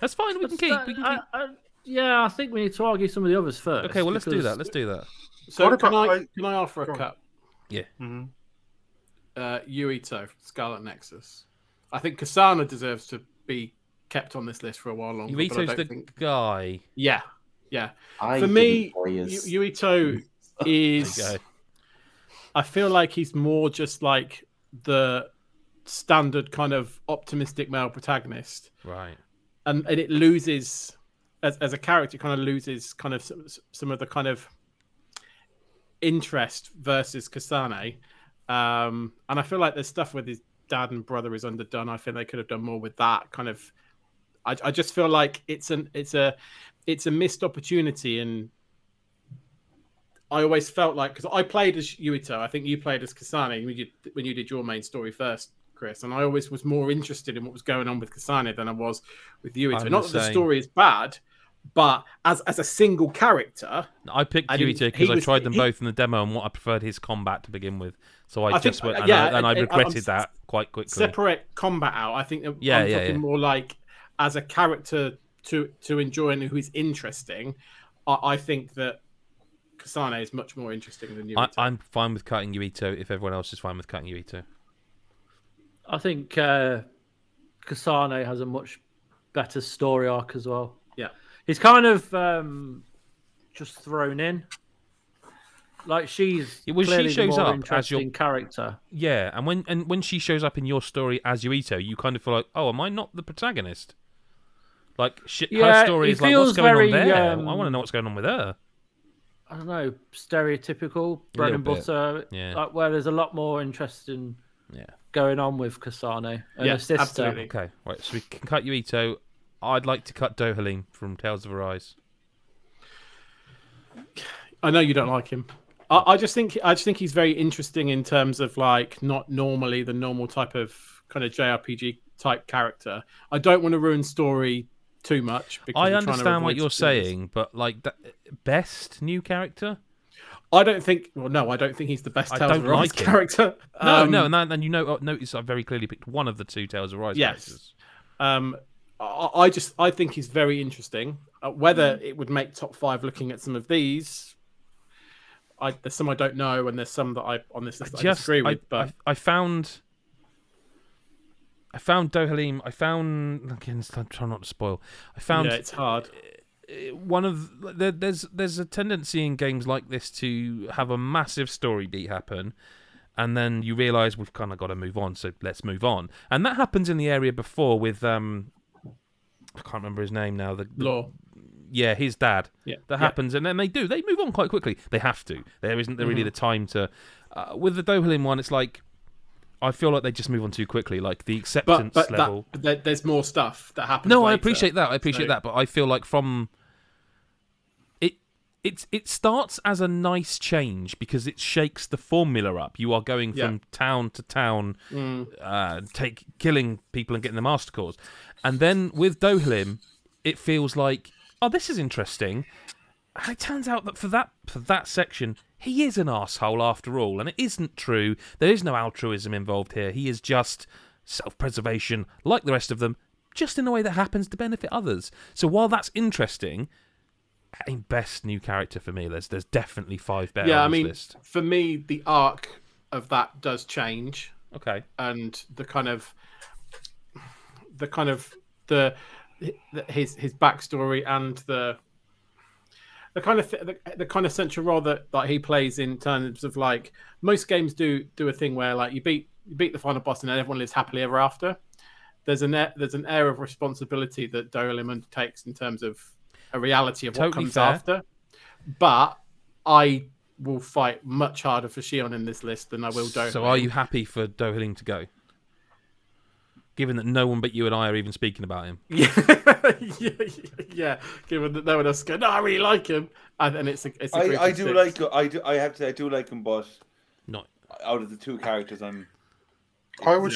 A: That's fine. We can keep. We can
B: I-
A: keep.
B: I- yeah, I think we need to argue some of the others first.
A: Okay, well let's do
B: because-
A: that. Let's do that.
D: So
C: What
D: can
C: about-
D: I
C: I-
D: can I offer
C: Go
D: a
C: on.
D: cup?
A: Yeah.
C: Mhm.
D: Uh, Yuito, Scarlet Nexus. I think Kasana deserves to be kept on this list for a while longer. but I
A: Vito's
D: don't
A: the
D: think...
A: guy.
D: yeah.
F: I
D: For me,
F: didn't play as-
D: Yu- Yuito
A: There
D: is.
A: you go.
D: I feel like he's more just like the standard kind of optimistic male protagonist,
A: Right.
D: and, and it loses as, as a character. It kind of loses kind of some, some of the kind of interest versus Kasane, um, and I feel like there's stuff with his dad and brother is underdone. I think they could have done more with that kind of. I, I just feel like it's an it's a it's a missed opportunity and I always felt like because I played as Yuito, I think you played as Kasane when you when you did your main story first, Chris, and I always was more interested in what was going on with Kasane than I was with Yuito.
A: I'm
D: Not
A: the
D: that the
A: same.
D: story is bad, but as as a single character,
A: I picked
D: I didn't-
A: Yuito
D: he
A: because I
D: was-
A: tried them
D: he-
A: both in the demo and what I preferred his combat to begin with. So I,
D: I think- uh,
A: just went, and,
D: yeah,
A: I, and I
D: I- I- I'm
A: regretted
D: s-
A: that quite quickly.
D: separate combat out. I think that
A: Yeah,
D: I'm
A: yeah,
D: talking
A: yeah.
D: more like as a character to to enjoy and who is interesting. I, I think that Kasane is much more interesting than
A: I,
D: Yuito.
A: I'm fine with cutting Yuito if everyone else is fine with cutting Yuito.
B: I think uh, Kasane has a much better story arc as well.
D: Yeah.
B: he's kind of um, just thrown in. Like she's
A: Yeah, well, she
B: clearly the
A: shows
B: more
A: up as
B: interesting
A: your-
B: character.
A: Yeah, and when and when she shows up in your story as Yuito, you kind of feel like, oh, am I not the protagonist? Like she, her
B: Yeah,
A: story
B: it
A: is like, what's
B: feels
A: going
B: very,
A: on there?
B: um,
A: I want to know what's going on with her.
B: I don't know, stereotypical bread
A: little
B: and
A: bit,
B: butter.
A: yeah.
B: Like where there's a lot more interesting
A: Yeah.
B: going on with Kasane and
D: Yeah,
B: her sister.
D: absolutely.
A: Okay, right. So we can cut Yuito. I'd like to cut Dohalim from Tales of Arise.
D: I know you don't like him. I, I just think I just think he's very interesting in terms of like not normally the normal type of kind of JRPG type character. I don't want to ruin story too much. Because I'm
A: I
D: trying to
A: understand what
D: avoid
A: you're
D: spoilers.
A: saying, but like that best new character?
D: I don't think. Well, no, I don't think he's the best
A: I
D: Tales of
A: don't
D: Arise
A: like him.
D: character.
A: No,
D: Um,
A: no, and then you know, notice I very clearly picked one of the two Tales of Arise
D: Yes.
A: characters.
D: Um, I, I just I think he's very interesting. Uh, whether
A: Mm.
D: it would make top five, looking at some of these, I, there's some I don't know, and there's some that I on this list I,
A: Just
D: disagree with.
A: I,
D: but
A: I, I found. I found Dohalim. I found again. I'm trying not to spoil. I found
D: yeah, it's hard.
A: one of there, there's there's a tendency in games like this to have a massive story beat happen and then you realize we've kind of got to move on so let's move on and that happens in the area before with um i can't remember his name now the, the-
D: Law.
A: yeah his dad
D: Yeah.
A: that
D: yeah.
A: happens and then they do they move on Mm-hmm. quite quickly they have to there isn't really the time to uh, with the dohalim one it's like I feel like they just move on too quickly. Like the
D: But
A: acceptance
D: but
A: level.
D: that, there, there's more stuff that happens.
A: No, I
D: later.
A: appreciate that. I appreciate
D: So-
A: that, but I feel like from it, it's it starts as a nice change because it shakes the formula up. You are going
D: Yeah.
A: from town to town,
D: Mm.
A: uh, take killing people and getting the master cores, and then with Dohlim, it feels like oh, this is interesting. And it turns out that for that for that section, he is an asshole after all, and it isn't true. There is no altruism involved here. He is just self-preservation, like the rest of them, just in a way that happens to benefit others. So while that's interesting, I mean, best new character for me. There's there's definitely five better
D: Yeah, I
A: on this
D: mean,
A: list.
D: for me, the arc of that does change.
A: Okay,
D: and the kind of the kind of the the- his his backstory and the the kind of the, the kind of central role that, that he plays in terms of like most games do do a thing where like you beat you beat the final boss and then everyone lives happily ever after. There's an air, there's an air of responsibility that Dolim undertakes in terms of a reality of what
A: Totally
D: comes
A: fair.
D: after. But I will fight much harder for Shion in this list than I will Dolim.
A: so are you happy for Dohling to go? Given that no one but you and I are even speaking about him,
D: yeah, yeah. Given that no one else is going, no, I really like him, and, and it's a, it's a
E: I,
D: group
E: I
D: of
E: do
D: six.
E: like I do I have to say, I do like him, but
A: not
E: out of the two characters, I'm
C: I would.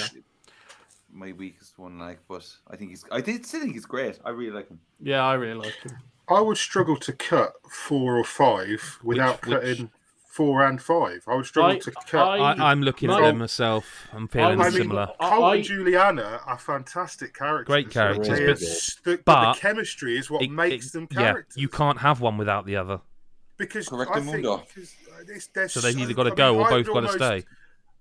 E: my weakest one. Like, but I think he's I did still think he's great. I really like him.
D: Yeah, I really like him.
C: I would struggle to cut four or five without
A: which-
C: cutting four and five. I would struggle
D: I-
C: to cut.
D: I-
A: I, I'm looking at
D: No.
A: them myself. I'm feeling
D: I
C: mean-
A: similar.
C: Cole
D: I-
C: and Juliana are fantastic characters.
A: Great characters,
C: They
A: but-
C: are s- the,
A: but-
C: the chemistry is what
A: It-
C: makes
A: it-
C: them
A: yeah,
C: characters.
A: you can't have one without the other.
C: because
E: Correct
C: I
E: the
C: think
E: mundo.
C: because uh, it's- they're
A: So they've
C: so-
A: either got to
C: I
A: go
C: mean,
A: or
C: I
A: both
C: would
A: got to
C: almost-
A: stay.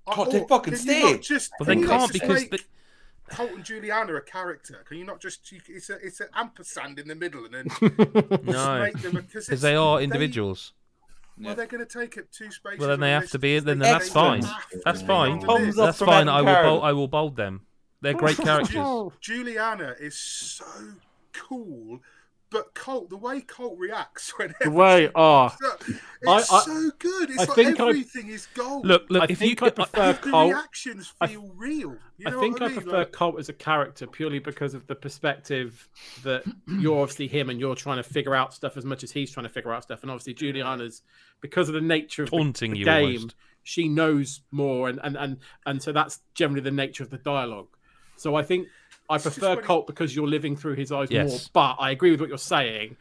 C: I-
E: God, they
C: or-
E: fucking
C: can you
E: stay.
C: not Just,
A: But
C: can
A: they
C: you not
A: can't
C: just
A: because
C: make
A: the-
C: Colt and Juliana are character. Can you not just? you- It's a it's an ampersand in the middle and then just
A: no,
C: make them because
A: because they are individuals.
C: Well, they're going to take up two spaces.
A: Well, then
C: on
A: they
C: the
A: have
C: list.
A: to be- then
C: They-
A: that's
C: they
A: fine.
C: have to
A: That's
C: be
A: fine.
C: on the
E: Thumbs
C: list.
E: up.
A: That's
E: for
A: fine.
E: Matt
A: I will
E: Carroll.
A: bold, I will bold them. They're great
D: Oh,
A: characters.
C: Juliana is so cool, but Colt, the way Colt reacts whenever
D: The way, oh,
C: it's
D: I- I-
C: so good. It's
D: I
C: like
D: think I-
C: everything is gold.
A: Look, look.
D: I
A: if
D: think
A: you,
D: I prefer
C: the
D: Colt.
C: reactions
D: I-
C: feel real. You
D: I
C: know
D: think
C: what
D: I
C: I, mean?
D: prefer
C: Like,
D: Colt as a character purely because of the perspective that you're obviously him and you're trying to figure out stuff as much as he's trying to figure out stuff, and obviously Juliana's because of the nature of the-
A: Taunting
D: the
A: you
D: game,
A: almost.
D: she knows more, and and and and so that's generally the nature of the dialogue. So I think I
C: just
D: prefer
C: when it-
D: Colt because you're living through his eyes more.
A: Yes.
D: But I agree with what you're saying.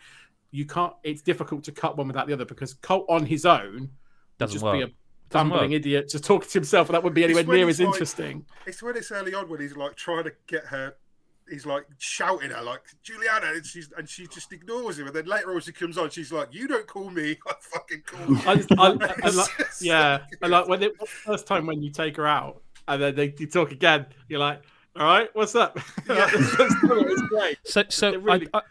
D: You can't. It's difficult to cut one without the other because Colt on his own would
A: Doesn't
D: just
A: work.
D: be a
A: Doesn't
D: bumbling
A: work.
D: idiot just talking to himself, and that wouldn't be anywhere
C: when
D: near
C: he's
D: as
C: like-
D: interesting.
C: it's when it's early on when he's like trying to get her. He's like shouting at her, like Juliana, and she's and she just ignores him. And then later on, she comes on, she's like, "You don't call me, I fucking call you."
D: I, I, I, I
C: It's
D: like,
C: just-
D: yeah, and like when it, first time when you take her out and then they, you talk again, you're like, "All right, what's up?"
C: Yeah.
D: it's great.
A: So, so
D: They're really-
A: I, I,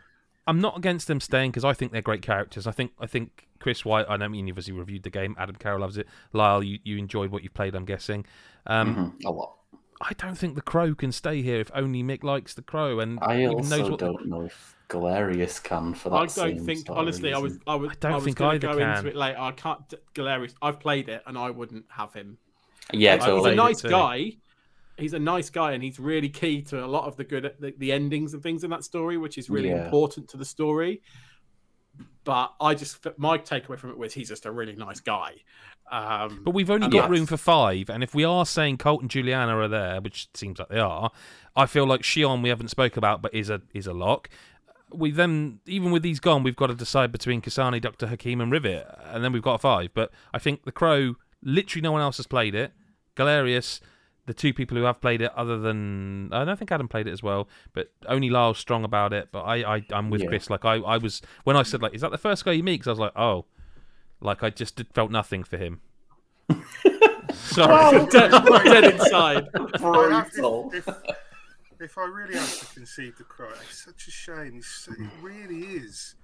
A: I'm not against them staying because I think they're great characters. I think, I think Chris White. I know you obviously reviewed the game. Adam Carroll loves it. Lyle, you, you enjoyed what you've played. I'm guessing.
C: Mm-hmm.
A: Um,
F: A lot.
A: I don't think the crow can stay here if only Mick likes the crow and
F: I
A: even knows
F: also
A: what.
F: don't know if Galerius can for that.
D: I don't
F: same
D: think
F: sort of
D: honestly. I was
F: reason.
D: I was
A: I don't
D: was
A: think
D: gonna
A: either
D: go
A: can.
D: into it later. I can't d- Galerius. I've played it and I wouldn't have him.
F: Yeah,
D: Like,
A: totally.
D: He's a nice
A: Too.
D: guy. He's a nice guy, and he's really key to a lot of the good the, the endings and things in that story, which is really
F: Yeah.
D: important to the story. But I just my takeaway from it was he's just a really nice guy. Um,
A: But we've only
D: And
A: got
D: that's-
A: room for five, and if we are saying Colt and Juliana are there, which seems like they are, I feel like Shion we haven't spoke about, but is a is a lock. We then, even with these gone, we've got to decide between Kasani, Doctor Hakim, and Rivet, and then we've got a five. But I think the Crow, literally no one else has played it. Galerius, the two people who have played it, other than I don't think Adam played it as well, but only Lyle's strong about it. But I, I I'm with
F: Yeah.
A: Chris. Like I, I was when I said like, is that the first guy you meet? Because I was like, oh, like I just did, felt nothing for him. Sorry.
D: dead, dead inside.
C: I'd have- if-
F: Brutal.
C: If, if I really have to concede the cry, it's such a shame. It's, so- it really is.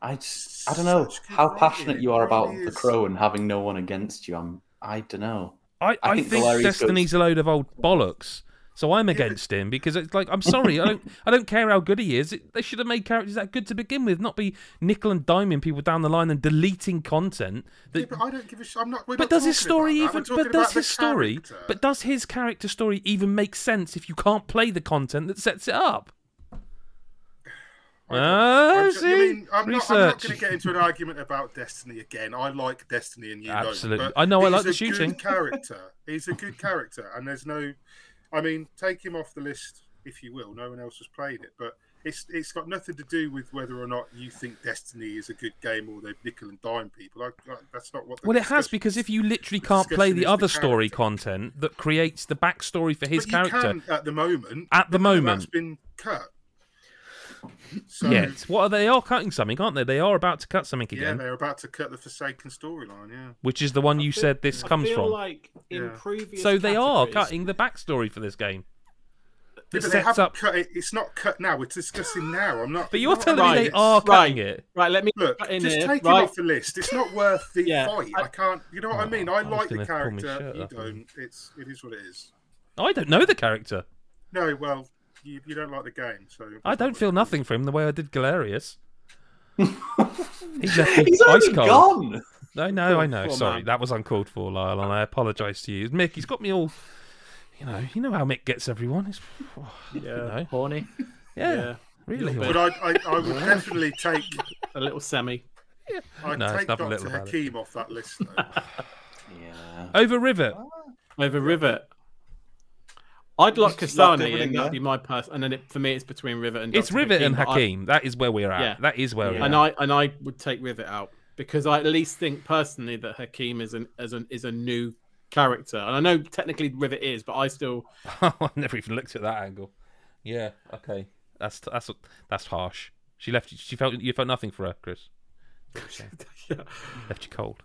F: I just, I don't know
C: Such good
F: how
C: writing,
F: passionate you
C: it
F: are
C: really
F: about the
C: is.
F: crow and having no one against you. I'm, I don't know.
A: I, I,
F: think
A: think
F: Valerius goes-
A: Destiny's a load of old bollocks. So I'm against him because it's like I'm sorry, I don't I don't care how good he is. It, they should have made characters that good to begin with, not be nickel and diming people down the line and deleting content. That,
C: Yeah, but I don't give a sh- I'm not. We're
A: but
C: not
A: does his
C: talking
A: story
C: about that. We're
A: even?
C: talking
A: But
C: about
A: does
C: the
A: his story?
C: character.
A: But does his character story even make sense if you can't play the content that sets it up? Ah,
C: I'm ju- you
A: see,
C: mean, I'm not, I'm not
A: research.
C: going to get into an argument about Destiny again. I like Destiny, and you don't,
A: Absolutely.
C: but
A: I know I
C: he's
A: like the
C: a
A: shooting.
C: Good character. he's a good character, and there's no. I mean, take him off the list if you will. No one else has played it, but it's it's got nothing to do with whether or not you think Destiny is a good game or they nickel and dime people. I, I, that's not what. The
A: Well, it has
C: discussion
A: because
C: is.
A: if you literally can't play
C: discussion is
A: the
C: the
A: other story
C: character.
A: content that creates the backstory for his
C: but
A: character
C: you can at the moment.
A: at the
C: that's
A: moment,
C: been cut. So,
A: yes. What are they? Are cutting something, aren't they? They are about to cut something
C: Yeah,
A: again,
C: they're about to cut the Forsaken storyline. Yeah.
A: which is the one you
D: feel-
A: said this
D: I
A: comes
D: feel
A: from.
D: Like in
C: Yeah.
D: previous
A: so they are
D: categories-
A: cutting the backstory for this game.
C: Yeah,
A: It
C: but they
A: sets
C: haven't
A: up.
C: cut it. It's not cut now. We're discussing now. I'm not.
A: But you're
C: not
A: telling
D: Right,
A: me they
C: against-
A: are cutting
D: right.
A: it.
D: Right, let me
C: Look,
D: cut in
C: just
D: here,
C: take
D: right?
C: him off the list. It's not worth the
D: Yeah,
C: fight.
D: I-
C: I, can't. You know what I mean?
A: Oh,
C: I
A: I was
C: like the
A: gonna pull my
C: character.
A: shirt
C: You
A: up and-
C: don't. It's it is what it is.
A: I don't know the character.
C: No, well, you, you don't like the game, so
A: I don't feel nothing for him the way I did Galerius. He's left me
F: He's
A: ice
F: already
A: cold.
F: gone.
A: No, no, I know.
D: poor
A: Sorry,
D: man.
A: that was uncalled for, Lyle, and I apologise to you. Mick, he's got me all. You know, you know how Mick gets everyone. It's, you
D: Yeah,
A: know,
B: Horny.
A: yeah,
D: yeah,
A: really.
D: Little
C: But I, I, I would definitely take.
D: a little semi.
C: I'd
A: No, it's nothing
C: take Doctor
A: little about it.
C: Hakim off that list. Though.
F: Yeah.
A: Over Rivet.
D: Oh, over Rivet. I'd like
F: Just locked
D: Kasani,
F: everything
D: and
F: there.
D: that'd be my person. And then it, for me, it's between Rivet and
A: It's
D: Dr.
A: Rivet and
D: but I-
A: Hakim. That is where we're at.
D: Yeah.
A: That is where we're
F: Yeah.
A: at.
D: and I and I would take Rivet out because I at least think personally that Hakim is an as an is a new character, and I know technically Rivet is, but I still
A: Oh, I never even looked at that angle. Yeah. Okay. That's that's that's harsh. She left. you- She felt you felt nothing for her, Chris.
D: yeah,
A: Left you cold.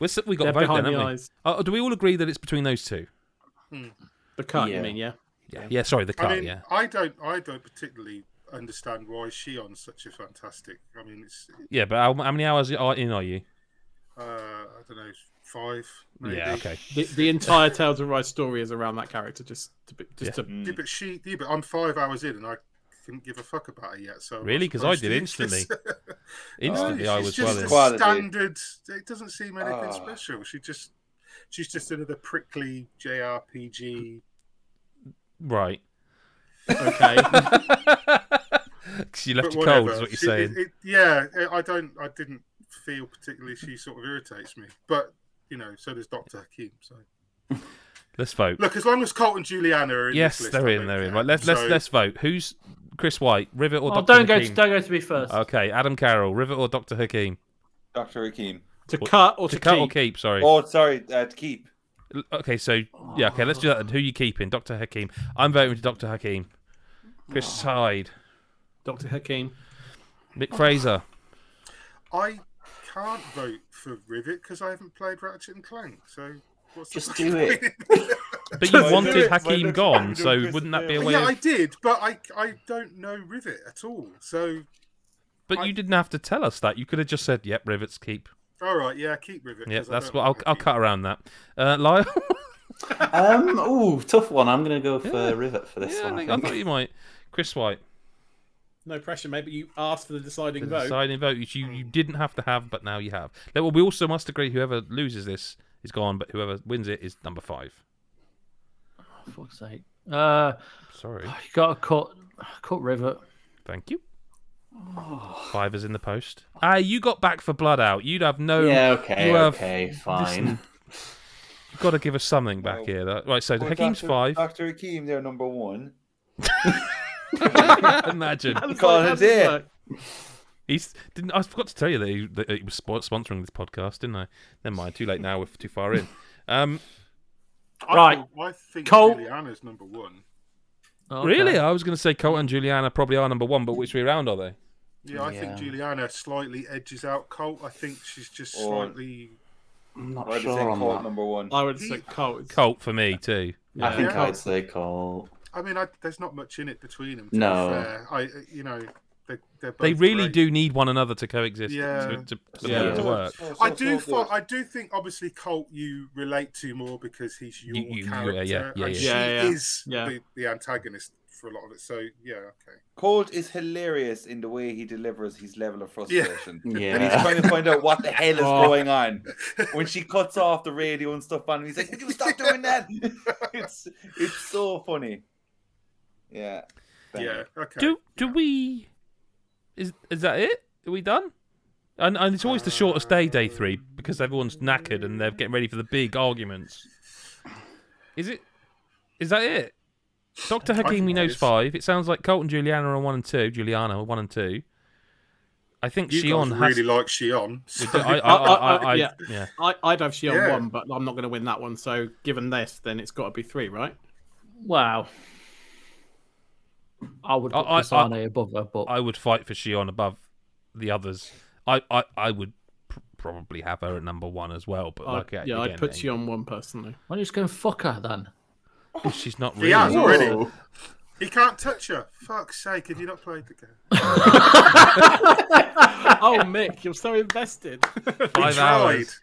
A: We're, s- we got
D: they're
A: a vote then,
D: behind the
A: haven't we?
D: eyes.
A: Oh, do we all agree that it's between those two?
D: The cut,
F: Yeah.
D: you mean? Yeah,
A: Yeah. Yeah. Sorry, the cut.
C: I mean,
A: yeah.
C: I don't. I don't particularly understand why Shion's such a fantastic. I mean, it's.
A: Yeah, but how, how many hours are in are you?
C: Uh, I don't know. Five. Maybe.
A: Yeah. Okay.
D: the, the entire Tales of Rise story is around that character, just to be, just to.
E: Mm.
C: Yeah, but she. Yeah, but I'm five hours in, and I couldn't give a fuck about it yet. So I'm not
A: Really? 'Cause I
C: supposed
A: did
C: to.
A: instantly. Instantly, I
C: Oh, She's
A: was
C: just
A: well
C: a
A: in.
E: Quite- Quality.
C: standard. It doesn't seem anything
E: Ah.
C: special. She just. She's just another prickly JRPG.
A: Right.
D: Okay,
A: she left
C: but
A: you cold.
C: whatever.
A: Is what you're
C: She-
A: saying.
C: it- it- yeah, I- I don't. I didn't feel particularly. She sort of irritates me, but you know, so does Doctor Hakim. So
A: Let's vote.
C: look, as long as Colt and Juliana are in
A: Yes,
C: this list,
A: they're
C: I
A: in.
C: don't
A: They're in.
C: care.
A: Right. Let's let's
C: So-
A: let's vote. Who's Chris White, Rivet or
B: Oh,
A: Doctor?
B: don't go. To,
A: Hakim?
B: don't go to me first.
A: Okay, Adam Carroll, Rivet or Doctor Hakim?
E: Doctor Hakim.
D: to
A: What-
D: cut or to,
A: To cut
D: keep.
A: or keep? Sorry.
E: Oh, sorry, uh, to keep.
A: L- Okay, so yeah, okay, let's do that. Then. Who you keeping, Doctor Hakim? I'm voting for Doctor Hakim. Chris
B: Oh.
A: Hyde,
D: Doctor Hakim.
A: Mick Fraser.
C: I can't vote for Rivet because I haven't played Ratchet and Clank. So what's the
F: Just
C: point?
F: do it.
A: But you
E: Why do
A: wanted
E: it? Why
A: Hakim
E: look-
A: gone,
E: why do
A: so
E: Chris
A: wouldn't that be a
E: Dale?
A: way?
C: yeah, I
A: of...
C: did, but I I don't know Rivet at all. So
A: But you didn't have to tell us that. You could have just said, "Yep, Rivet's keep."
C: all right, yeah, keep Rivet.
A: Yeah,
C: 'cause I
A: that's
C: don't
A: what I'll,
C: like
A: I'll
C: Hakim.
A: cut around that. Uh, Lyle,
F: Um, ooh, tough one. I'm gonna go for
A: Yeah.
F: Rivet for this
A: yeah, I,
F: one.
A: think, I thought you might. Chris White,
D: No pressure, mate. But you asked for the deciding
A: the
D: vote.
A: deciding vote, which you, you
C: Mm.
A: didn't have to have, but now you have. Now, well, we also must agree whoever loses this is gone, but whoever wins it is number five.
B: For fuck's sake. Uh,
A: Sorry,
B: you got to cut. Cut Rivet.
A: thank you.
C: Oh.
A: Five is in the post. Ah, you got back for blood out. You'd have no.
F: Yeah, okay,
A: You have-
F: okay, fine.
A: You've got to give us something back
E: No.
A: here. though. Right, so
E: Well,
A: Hakim's
E: Dr.
A: five.
E: Dr. Hakim, they're number one.
A: Imagine
D: How does
E: Call
D: that-
E: it
D: how does it
E: in.
D: work?
A: he's. Didn't I forgot to tell you that he, that he was spo- sponsoring this podcast, didn't I? Never mind. Too late now. We're too far in. Um,
C: I
B: Right.
C: think- I think
B: Colt.
C: Juliana's number one.
B: Okay.
A: Really, I was going to say Colt and Juliana probably are number one, but which way round are they?
C: Yeah, I
F: Yeah.
C: think Juliana slightly edges out Colt. I think she's just
E: Or-
C: slightly.
E: Or
F: I'm not
E: I'd say
F: sure on
E: Colt
F: that.
E: number one.
D: I would say Colt.
A: Colt for me too.
F: I think
C: Yeah.
F: I'd say Colt.
C: I mean, I, there's not much in it between them. To
F: No.
C: Be fair. I, you know, They, they're
A: They
C: both
A: really
C: great.
A: do need one another to coexist
C: Yeah.
A: to, to, for
D: Yeah.
A: them to work.
C: I do. Fi- I do think obviously Colt you relate to more because he's your
A: You- you- you-
C: character,
A: yeah, yeah,
C: and
A: yeah.
C: she
D: Yeah, yeah.
C: is
D: Yeah.
C: The, the antagonist for a lot of it. So yeah, okay.
E: Colt is hilarious in the way he delivers his level of
C: Yeah.
E: frustration. And he's
F: Yeah.
E: trying to find out what the hell is
D: Oh.
E: going on. When she cuts off the radio and stuff on him, he's like, Would you stop doing that? it's it's so funny. Yeah.
C: Yeah, okay.
A: Do do we? Is is that it? Are we done? And and it's always the shortest day, day three, because everyone's knackered and they're getting ready for the big arguments. Is it? Is that it? Doctor
C: think
A: Hakimi
C: that
A: knows
C: is.
A: five. It sounds like Colt and Juliana are one and two. Juliana are one and two. I think
C: you
A: Shion
C: guys
A: has.
C: really like Shion. So,
A: I, I, I,
D: I- I-
A: I-
D: yeah.
A: yeah.
D: I, I'd have Shion
C: Yeah.
D: one, but I'm not going to win that one. So given this, then it's got to be three, right?
B: Wow. I would
A: I-
B: put
A: I-
B: Pisani above her, but
A: I would fight for Shion above the others. I, I, I would pr- probably have her at number one as well. But like,
D: I'd- yeah, I'd
A: again,
D: put
A: eh,
D: Shion one personally.
B: why don't you just go and fuck her then?
A: She's not really.
C: He has already.
F: Whoa.
C: He can't touch her. Fuck's sake! Have you not played the game?
D: oh, Mick, you're so invested.
C: He
A: Five
C: tried.
A: hours.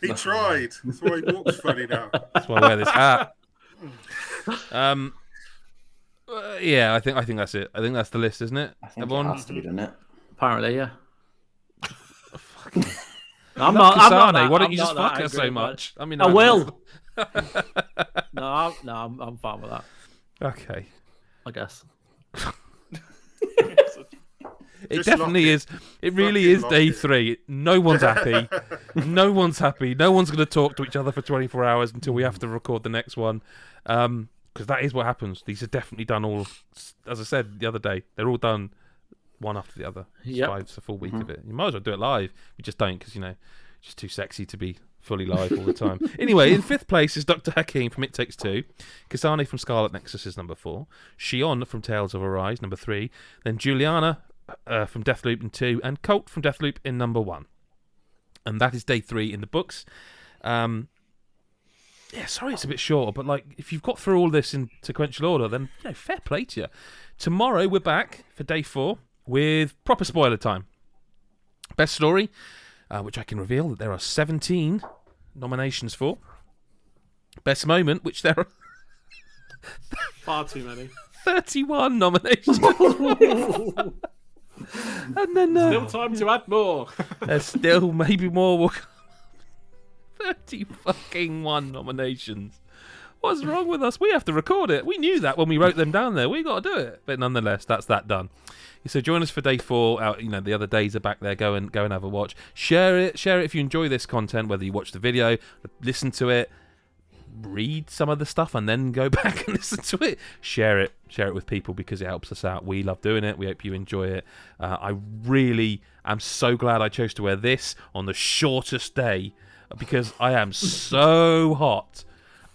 C: He tried. That's why he walks funny now.
A: That's why I wear this hat. Um, uh, yeah, I think I think that's it. I think that's the list, isn't it?
F: I think it
A: Everyone,
F: has to be, doesn't it?
B: Apparently, yeah. I'm not. I'm not
A: Kasane,
B: that-
A: why don't
B: I'm
A: you
B: not
A: just
B: that
A: fuck her so
B: angry, but-
A: much? I mean,
B: I
A: I'm-
B: will. no, I'm, no, I'm, I'm fine with that.
A: Okay,
B: I guess.
A: it
C: Just
A: definitely
C: lock it.
A: is. It really
C: Fucking
A: is
C: lock
A: day
C: it.
A: three. No one's happy. no one's happy. No one's going to talk to each other for 24 hours until we have to record the next one. Um, because that is what happens. These are definitely done all. As I said the other day, they're all done one after the other. It's
B: Yep.
A: five- It's a full week of it. You might as well do it live. We just don't because you know it's just too sexy to be fully live all the time. anyway, in fifth place is Dr. Hakim from It Takes Two, Kasane from Scarlet Nexus is number four, Shion from Tales of Arise number three, then Juliana uh, from Deathloop in two, and Colt from Deathloop in number one. And that is day three in the books. Um, yeah, sorry it's a bit short, but like if you've got through all this in sequential order, then you know, fair play to you. Tomorrow we're back for day four with proper spoiler time. Best story, uh, which I can reveal that there are 17 nominations for. Best moment, which there are
D: Far too many.
A: 31 nominations. and then uh,
D: Still time to add more.
A: there's still maybe more will come. 30 fucking one nominations. What's wrong with us? We have to record it. We knew that when we wrote them down there. We got to do it. But nonetheless, that's that done. So join us for day four. Out, you know, the other days are back there. Go and go and have a watch. Share it. Share it if you enjoy this content. Whether you watch the video, listen to it, read some of the stuff, and then go back and listen to it. Share it. Share it with people because it helps us out. We love doing it. We hope you enjoy it. Uh, I really am so glad I chose to wear this on the shortest day because I am so hot.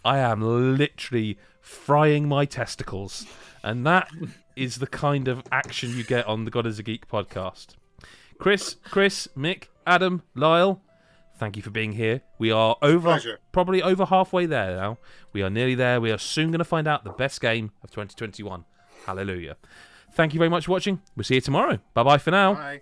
A: I am literally frying my testicles. And that is the kind of action you get on the God is a Geek podcast. Chris, Chris, Mick, Adam, Lyle, thank you for being here. We are over
C: Pleasure.
A: probably over halfway there now. We are nearly there. We are soon going to find out the best game of 2021. Hallelujah. Thank you very much for watching. We'll see you tomorrow. Bye bye for now.
C: Bye.